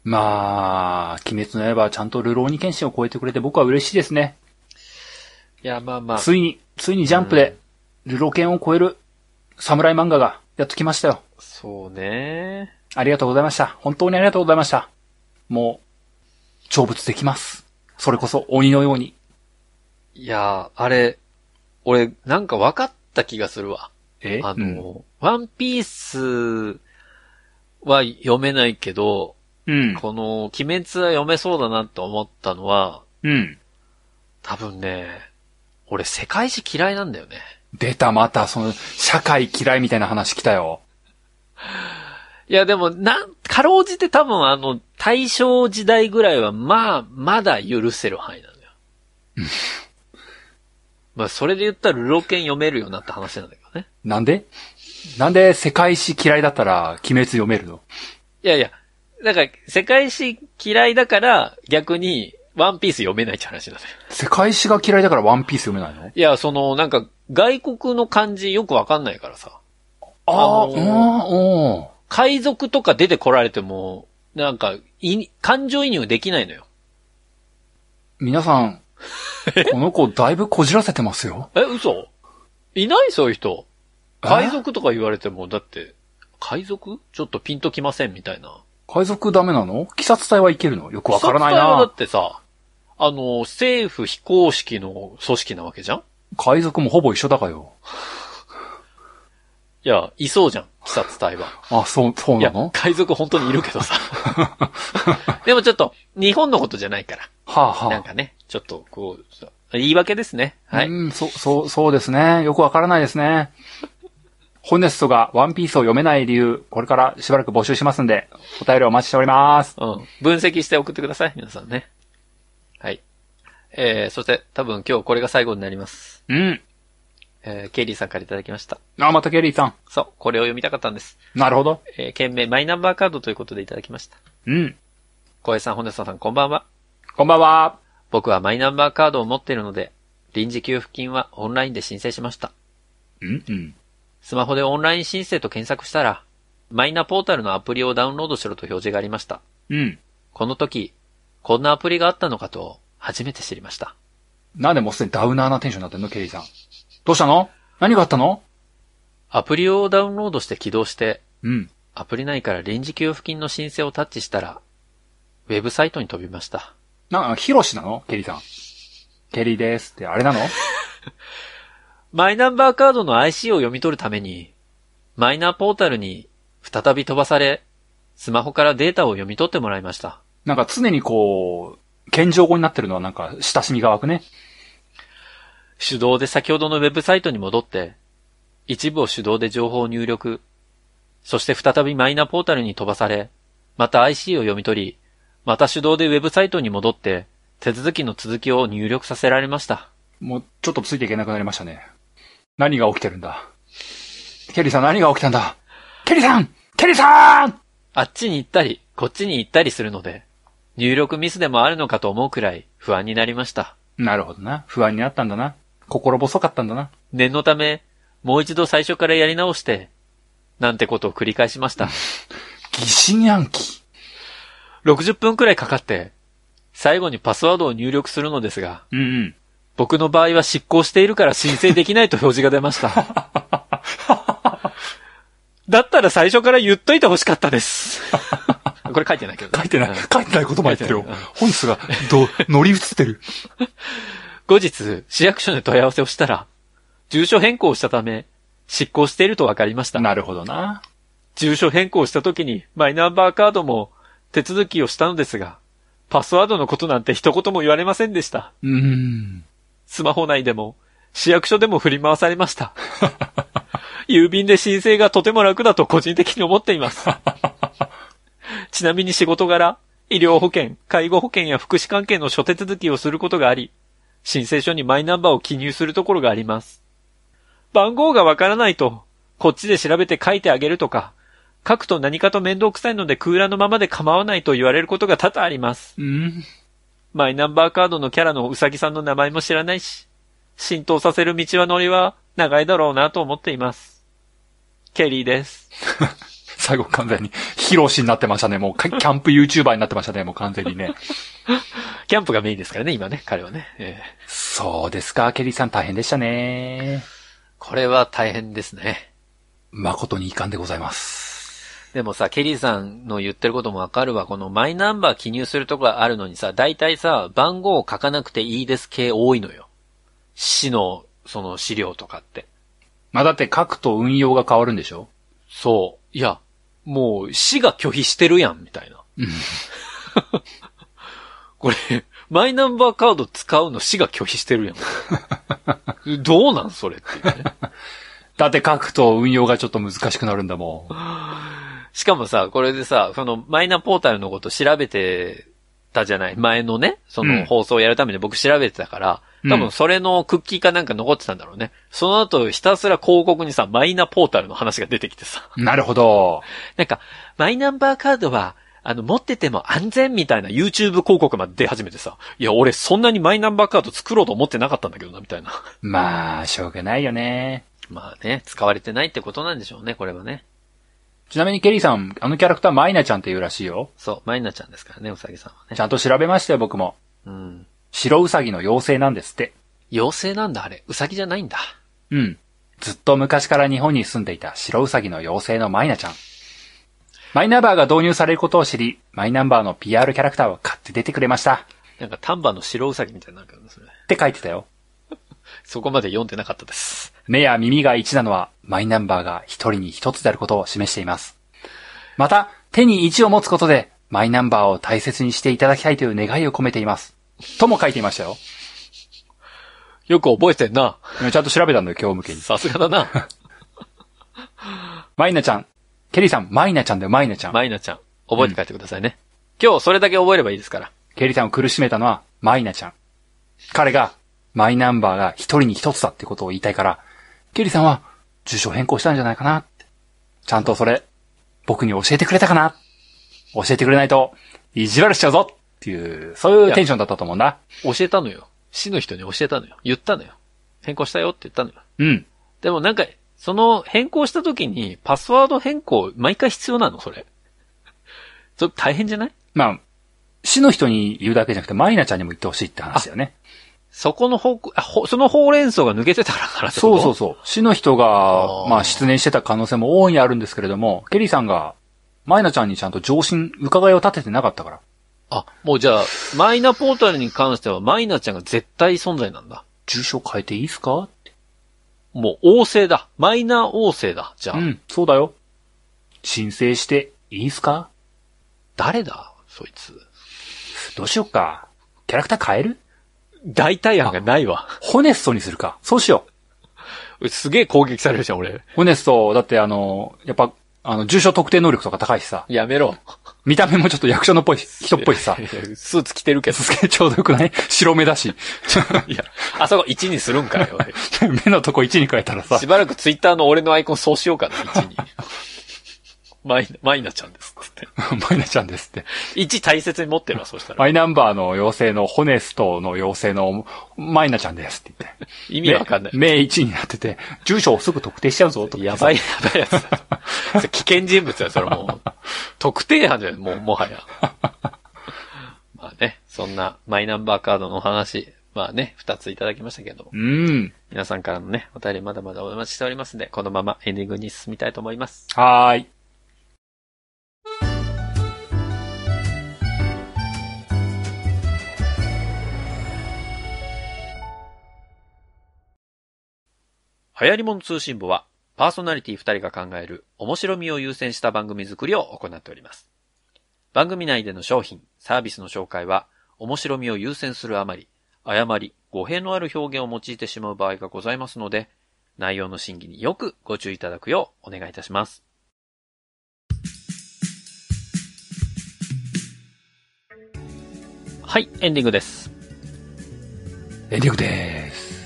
[SPEAKER 2] まあ、鬼滅の刃はちゃんとルローニケンシンを超えてくれて僕は嬉しいですね。
[SPEAKER 1] いや、まあまあ、
[SPEAKER 2] ついに、ついにジャンプで、ルロケンを超える侍漫画がやっときましたよ。
[SPEAKER 1] そうね。
[SPEAKER 2] ありがとうございました。本当にありがとうございました。もう、成仏できます。それこそ鬼のように。
[SPEAKER 1] いやー、あれ、俺、なんか分かった気がするわ。
[SPEAKER 2] え
[SPEAKER 1] あの、ワンピースは読めないけど、
[SPEAKER 2] うん。
[SPEAKER 1] この、鬼滅は読めそうだなと思ったのは、
[SPEAKER 2] うん。
[SPEAKER 1] 多分ね、俺、世界史嫌いなんだよね。
[SPEAKER 2] 出た、また、その、社会嫌いみたいな話来たよ。
[SPEAKER 1] いや、でも、なん、かろうじて多分あの、大正時代ぐらいは、まあ、まだ許せる範囲なのよ。まあ、それで言ったら、ルロケン読めるよなって話なんだけどね。
[SPEAKER 2] なんでなんで世界史嫌いだったら、鬼滅読めるの
[SPEAKER 1] いやいや、なんか、世界史嫌いだから、逆に、ワンピース読めないって話なんだよ。
[SPEAKER 2] 世界史が嫌いだからワンピース読めないの
[SPEAKER 1] いや、その、なんか、外国の漢字よくわかんないからさ、
[SPEAKER 2] ああ、
[SPEAKER 1] のー
[SPEAKER 2] うん、うん。
[SPEAKER 1] 海賊とか出てこられても、なんか、い、感情移入できないのよ。
[SPEAKER 2] 皆さん、この子だいぶこじらせてますよ。
[SPEAKER 1] え、嘘いないそういう人。
[SPEAKER 2] え
[SPEAKER 1] 海賊とか言われても、だって、海賊ちょっとピンときませんみたいな。
[SPEAKER 2] 海賊ダメなの鬼殺隊はいけるのよくわからない
[SPEAKER 1] 自殺隊はだ
[SPEAKER 2] な
[SPEAKER 1] っ。てさ、あの、政府非公式の組織なわけじゃん
[SPEAKER 2] 海賊もほぼ一緒だがよ。
[SPEAKER 1] いや、いそうじゃん、鬼殺隊は。
[SPEAKER 2] あ、そう、そう
[SPEAKER 1] い
[SPEAKER 2] な
[SPEAKER 1] や
[SPEAKER 2] の、
[SPEAKER 1] 海賊本当にいるけど さ。でもちょっと、日本のことじゃないか
[SPEAKER 2] はあ
[SPEAKER 1] ら。
[SPEAKER 2] は
[SPEAKER 1] なん
[SPEAKER 2] あ。。
[SPEAKER 1] かね、ちょっと、こう、さ言い訳ですね。はいう
[SPEAKER 2] ん、そう、そう、そうですね。よくわからないですね。ホネストがワンピースを読めない理由、これからしばらく募集しますんで、お便りお待ちしております。
[SPEAKER 1] うん。分析して送ってください、皆さんね。はい。えー、そして、多分今日これが最後になります。
[SPEAKER 2] うん。
[SPEAKER 1] えー、ケリーさんからいただきました。
[SPEAKER 2] あ、またケリーさ
[SPEAKER 1] そう、これを読みたかったんです。
[SPEAKER 2] ん。なるほど。
[SPEAKER 1] えー、件名、マイナンバーカードということでいただきました。
[SPEAKER 2] うん。
[SPEAKER 1] 小江さん、本田さん、こんばんは。
[SPEAKER 2] こんばんは。
[SPEAKER 1] 僕はマイナンバーカードを持っているので、臨時給付金はオンラインで申請しました。
[SPEAKER 2] うんうん。
[SPEAKER 1] スマホでオンライン申請と検索したら、マイナポータルのアプリをダウンロードしろと表示がありました。
[SPEAKER 2] うん。
[SPEAKER 1] この時、こんなアプリがあったのかと、初めて知りました。
[SPEAKER 2] なんでもうすでにダウナーなテンションになってんのケリーさん。どうしたの何があったの
[SPEAKER 1] アプリをダウンロードして起動して、
[SPEAKER 2] うん。
[SPEAKER 1] アプリ内から臨時給付金の申請をタッチしたら、ウェブサイトに飛びました。
[SPEAKER 2] な、ヒロシなのケリーさん。ケリーですって、あれなの
[SPEAKER 1] マイナンバーカードの IC を読み取るために、マイナポータルに再び飛ばされ、スマホからデータを読み取ってもらいました。
[SPEAKER 2] なんか常にこう、謙譲語になってるのはなんか親しみが湧くね。
[SPEAKER 1] 手動で先ほどのウェブサイトに戻って、一部を手動で情報を入力、そして再びマイナポータルに飛ばされ、また IC を読み取り、また手動でウェブサイトに戻って、手続きの続きを入力させられました。
[SPEAKER 2] もうちょっとついていけなくなりましたね。何が起きてるんだケリーさん何が起きたんだケリーさんケリーさん
[SPEAKER 1] あっちに行ったり、こっちに行ったりするので、入力ミスでもあるのかと思うくらい不安になりました。
[SPEAKER 2] なるほどな。不安になったんだな。心細かったんだな。
[SPEAKER 1] 念のため、もう一度最初からやり直して、なんてことを繰り返しました。
[SPEAKER 2] 疑心暗鬼。
[SPEAKER 1] 60分くらいかかって、最後にパスワードを入力するのですが、
[SPEAKER 2] うんうん。
[SPEAKER 1] 僕の場合は失効しているから申請できないと表示が出ました。 だったら最初から言っといてほしかった です。これ書いてないけどね、
[SPEAKER 2] 書いてない、書いてないことも言ってるよ
[SPEAKER 1] 書いてない。
[SPEAKER 2] 本数が、ど、乗り移ってる。
[SPEAKER 1] 後日、市役所に問い合わせをしたら、住所変更したため、執行していると分かりました。
[SPEAKER 2] なるほどな。
[SPEAKER 1] 住所変更した時にマイナンバーカードも手続きをしたのですが、パスワードのことなんて一言も言われませんでした。
[SPEAKER 2] うーん。
[SPEAKER 1] スマホ内でも、市役所でも振り回されました。 郵便で申請がとても楽だと個人的に思っています。ちなみに仕事柄、医療保険、介護保険や福祉関係の諸手続きをすることがあり、申請書にマイナンバーを記入するところがあります。番号がわからないと、こっちで調べて書いてあげるとか、書くと何かと面倒くさいので空欄のままで構わないと言われることが多々あります。
[SPEAKER 2] うん。
[SPEAKER 1] マイナンバーカードのキャラのうさぎさんの名前も知らないし、浸透させる道はのりは長いだろうなと思っています。ケリーです。
[SPEAKER 2] 最後完全に、ヒロシになってましたね。もう、かキャンプ YouTuber になってましたね。もう完全にね。
[SPEAKER 1] キャンプがメインですからね、今ね、彼はね。ええ
[SPEAKER 2] そうですか、ケリーさん大変でしたね。
[SPEAKER 1] これは大変ですね。
[SPEAKER 2] 誠に遺憾でございます。
[SPEAKER 1] でもさ、ケリーさんの言ってることもわかるわ。このマイナンバー記入するとこがあるのにさ、大体さ、番号を書かなくていいです系多いのよ。市の、その資料とかって。
[SPEAKER 2] まあだって書くと運用が変わるんでしょ
[SPEAKER 1] そう。いや、もう、市が拒否してるやん、みたいな。これ、マイナンバーカード使うの市が拒否してるや ん。どうなんそれっていうね。
[SPEAKER 2] だって書くと運用がちょっと難しくなるんだもん。
[SPEAKER 1] しかもさ、これでさ、その、マイナポータルのこと調べてたじゃない前のね、そ
[SPEAKER 2] うん
[SPEAKER 1] の放送をやるために僕調べてたから、
[SPEAKER 2] うん
[SPEAKER 1] 多分それのクッキーかなんか残ってたんだろうね。その後、ひたすら広告にさ、マイナポータルの話が出てきてさ。
[SPEAKER 2] なるほど。
[SPEAKER 1] なんか、マイナンバーカードは、あの、持ってても安全みたいな YouTube 広告まで出始めてさ、いや、俺そんなにマイナンバーカード作ろうと思ってなかったんだけどな、みたいな。
[SPEAKER 2] まあ、しょうがないよね。
[SPEAKER 1] まあね、使われてないってことなんでしょうね、これはね。
[SPEAKER 2] ちなみにケリーさん、あのキャラクターマイナちゃんっていうらしいよ。
[SPEAKER 1] そう、マイナちゃんですからね、うさぎさんはね。
[SPEAKER 2] ちゃんと調べましたよ、僕も。
[SPEAKER 1] うん。
[SPEAKER 2] 白ウサギの妖精なんですって。
[SPEAKER 1] 妖精なんだ、あれ。うさぎじゃないんだ。
[SPEAKER 2] うん。ずっと昔から日本に住んでいた白ウサギの妖精のマイナちゃん。マイナンバーが導入されることを知り、マイナンバーの PR キャラクターを買って出てくれました。
[SPEAKER 1] なんか、丹波の白うさぎみたいになるけどね、それ。
[SPEAKER 2] って書いてたよ。
[SPEAKER 1] そこまで読んでなかったです。
[SPEAKER 2] 目や耳が1なのは、マイナンバーが1人に1つであることを示しています。また、手に1を持つことで、マイナンバーを大切にしていただきたいという願いを込めています。とも書いていましたよ。
[SPEAKER 1] よく覚えてんな。
[SPEAKER 2] ちゃんと調べたんだよ、今日向けに。
[SPEAKER 1] さすがだな。
[SPEAKER 2] マイナちゃん。ケリーさん、マイナちゃんだよ、マイナちゃん。
[SPEAKER 1] マイナちゃん。覚えて帰ってくださいね。今日それだけ覚えればいいですから。
[SPEAKER 2] ケリーさんを苦しめたのは、マイナちゃん。彼が、マイナンバーが一人に一つだってことを言いたいから、ケリーさんは、住所変更したんじゃないかなって。ちゃんとそれ、僕に教えてくれたかな教えてくれないと、意地悪しちゃうぞっていう、そういうテンションだったと思うんだ。
[SPEAKER 1] 教えたのよ。市の人に教えたのよ。言ったのよ。変更したよって言ったのよ。
[SPEAKER 2] うん。
[SPEAKER 1] でもなんか、その変更した時にパスワード変更毎回必要なのそれ。それ大変じゃない
[SPEAKER 2] まあ、市の人に言うだけじゃなくて、マイナちゃんにも言ってほしいって話だよね。
[SPEAKER 1] そこの方向、あほそのほうれん草が抜けてたからってこ
[SPEAKER 2] そう
[SPEAKER 1] と
[SPEAKER 2] そうそう。市の人が
[SPEAKER 1] あ、ー
[SPEAKER 2] まあ、失念してた可能性も大いにあるんですけれども、ケリーさんが、マイナちゃんにちゃんと上心、伺いを立ててなかったから。
[SPEAKER 1] あ、もうじゃあ、マイナポータルに関してはマイナちゃんが絶対存在なんだ。
[SPEAKER 2] 住所変えていいですか
[SPEAKER 1] もう旺盛だ。マイナ旺盛だ。じゃあ、
[SPEAKER 2] うん、そうだよ。申請していいですか
[SPEAKER 1] 誰だそいつ。
[SPEAKER 2] どうしよっか。キャラクター変える
[SPEAKER 1] 代替案がないわ。
[SPEAKER 2] ホネストにするか。そうしよ
[SPEAKER 1] すげえ攻撃されるじゃん、俺
[SPEAKER 2] う。。ホネスト、だってあの、やっぱ、あの、住所特定能力とか高いしさ。
[SPEAKER 1] やめ ろ。
[SPEAKER 2] 見た目もちょっと役所のっぽい、人っぽいしさ。
[SPEAKER 1] いやスーツ着て るけど。
[SPEAKER 2] すげえちょうどよくない白目だし。
[SPEAKER 1] いや、あそこ1にするんかよ。 おい
[SPEAKER 2] 目のとこ1に変えたらさ
[SPEAKER 1] し。ばらくツイッターの俺のアイコンそうしようかな、1に。 マイナ、マイナちゃんです。つって。
[SPEAKER 2] マイナちゃんですって。
[SPEAKER 1] 1大切に持ってるわ、そう したら。
[SPEAKER 2] マイナンバーの要請の、ホネストの要請の、マイナちゃんですって言って。
[SPEAKER 1] 意
[SPEAKER 2] 意
[SPEAKER 1] 味わかんない。
[SPEAKER 2] 名1になってて、住所をすぐ特定しちゃうぞ、とか言
[SPEAKER 1] や
[SPEAKER 2] ってさ
[SPEAKER 1] ばい、やばいやつ だ。それ危険人物だ、それもう。特定犯じゃない、もう、もはや。まあね、そんなマイナンバーカードのお話、まあね、二ついただきましたけど、
[SPEAKER 2] うん。
[SPEAKER 1] 皆さんからのね、お便りまだまだお待ちしておりますんで、このままエンディングに進みたいと思います。
[SPEAKER 2] はーい。
[SPEAKER 1] 流行り物通信部は、パーソナリティ2人が考える面白みを優先した番組作りを行っております。番組内での商品、サービスの紹介は、面白みを優先するあまり、誤り、語弊のある表現を用いてしまう場合がございますので、内容の審議によくご注意いただくようお願いいたします。はい、エンディングです。
[SPEAKER 2] エンディングでーす。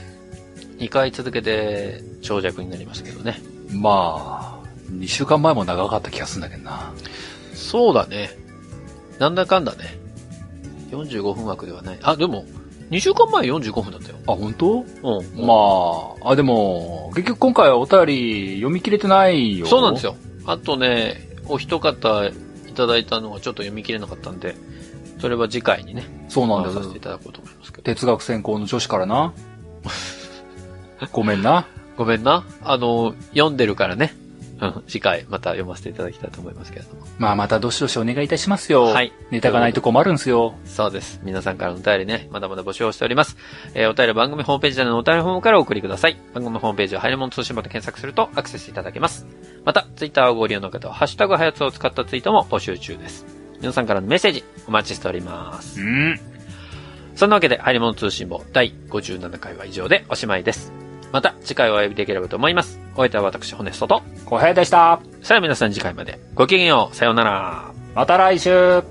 [SPEAKER 1] 2回続けて長尺になりましたけどね。
[SPEAKER 2] まあ、2週間前も長かった気がするんだけどな。
[SPEAKER 1] そうだね。なんだかんだね。45分枠ではない。あ、でも、2週間前45分だったよ。
[SPEAKER 2] あ、本当？
[SPEAKER 1] うん。
[SPEAKER 2] まあ、あ、でも、結局今回はお便り読み切れてないよ。
[SPEAKER 1] そうなんです
[SPEAKER 2] よ。
[SPEAKER 1] よ。あとね、お一方いただいたのはちょっと読み切れなかったんで、それは次回にね、
[SPEAKER 2] そうなん
[SPEAKER 1] 回させ
[SPEAKER 2] だ
[SPEAKER 1] てい
[SPEAKER 2] よ。
[SPEAKER 1] ただこうと思いますけど。
[SPEAKER 2] 哲学専攻の女子からな。ごめんな。
[SPEAKER 1] ごめんな。あの、読んでるからね。うん、次回また読ませていただきたいと思いますけれども。
[SPEAKER 2] まあ、またどしどしお願いいたしますよ。
[SPEAKER 1] はい。
[SPEAKER 2] ネタがないと困るんすよ。
[SPEAKER 1] そうです。皆さんからのお便りね、まだまだ募集をしております。えーお便りは番組ホームページでのお便りフォームからお送りください。番組ホームページはハイレモン通信簿で検索するとアクセスいただけます。また、ツイッターをご利用の方は、ハッシュタグハヤツを使ったツイートも募集中です。皆さんからのメッセージ、お待ちしております。
[SPEAKER 2] ん。
[SPEAKER 1] そんなわけで、ハイレモン通信簿第57回は以上でおしまいです。また、次回お呼びできればと思います。お相手は私、ホネストと。
[SPEAKER 2] 小平でした。
[SPEAKER 1] さあ皆さん次回まで。ごきげんよう。さようなら。
[SPEAKER 2] また来週。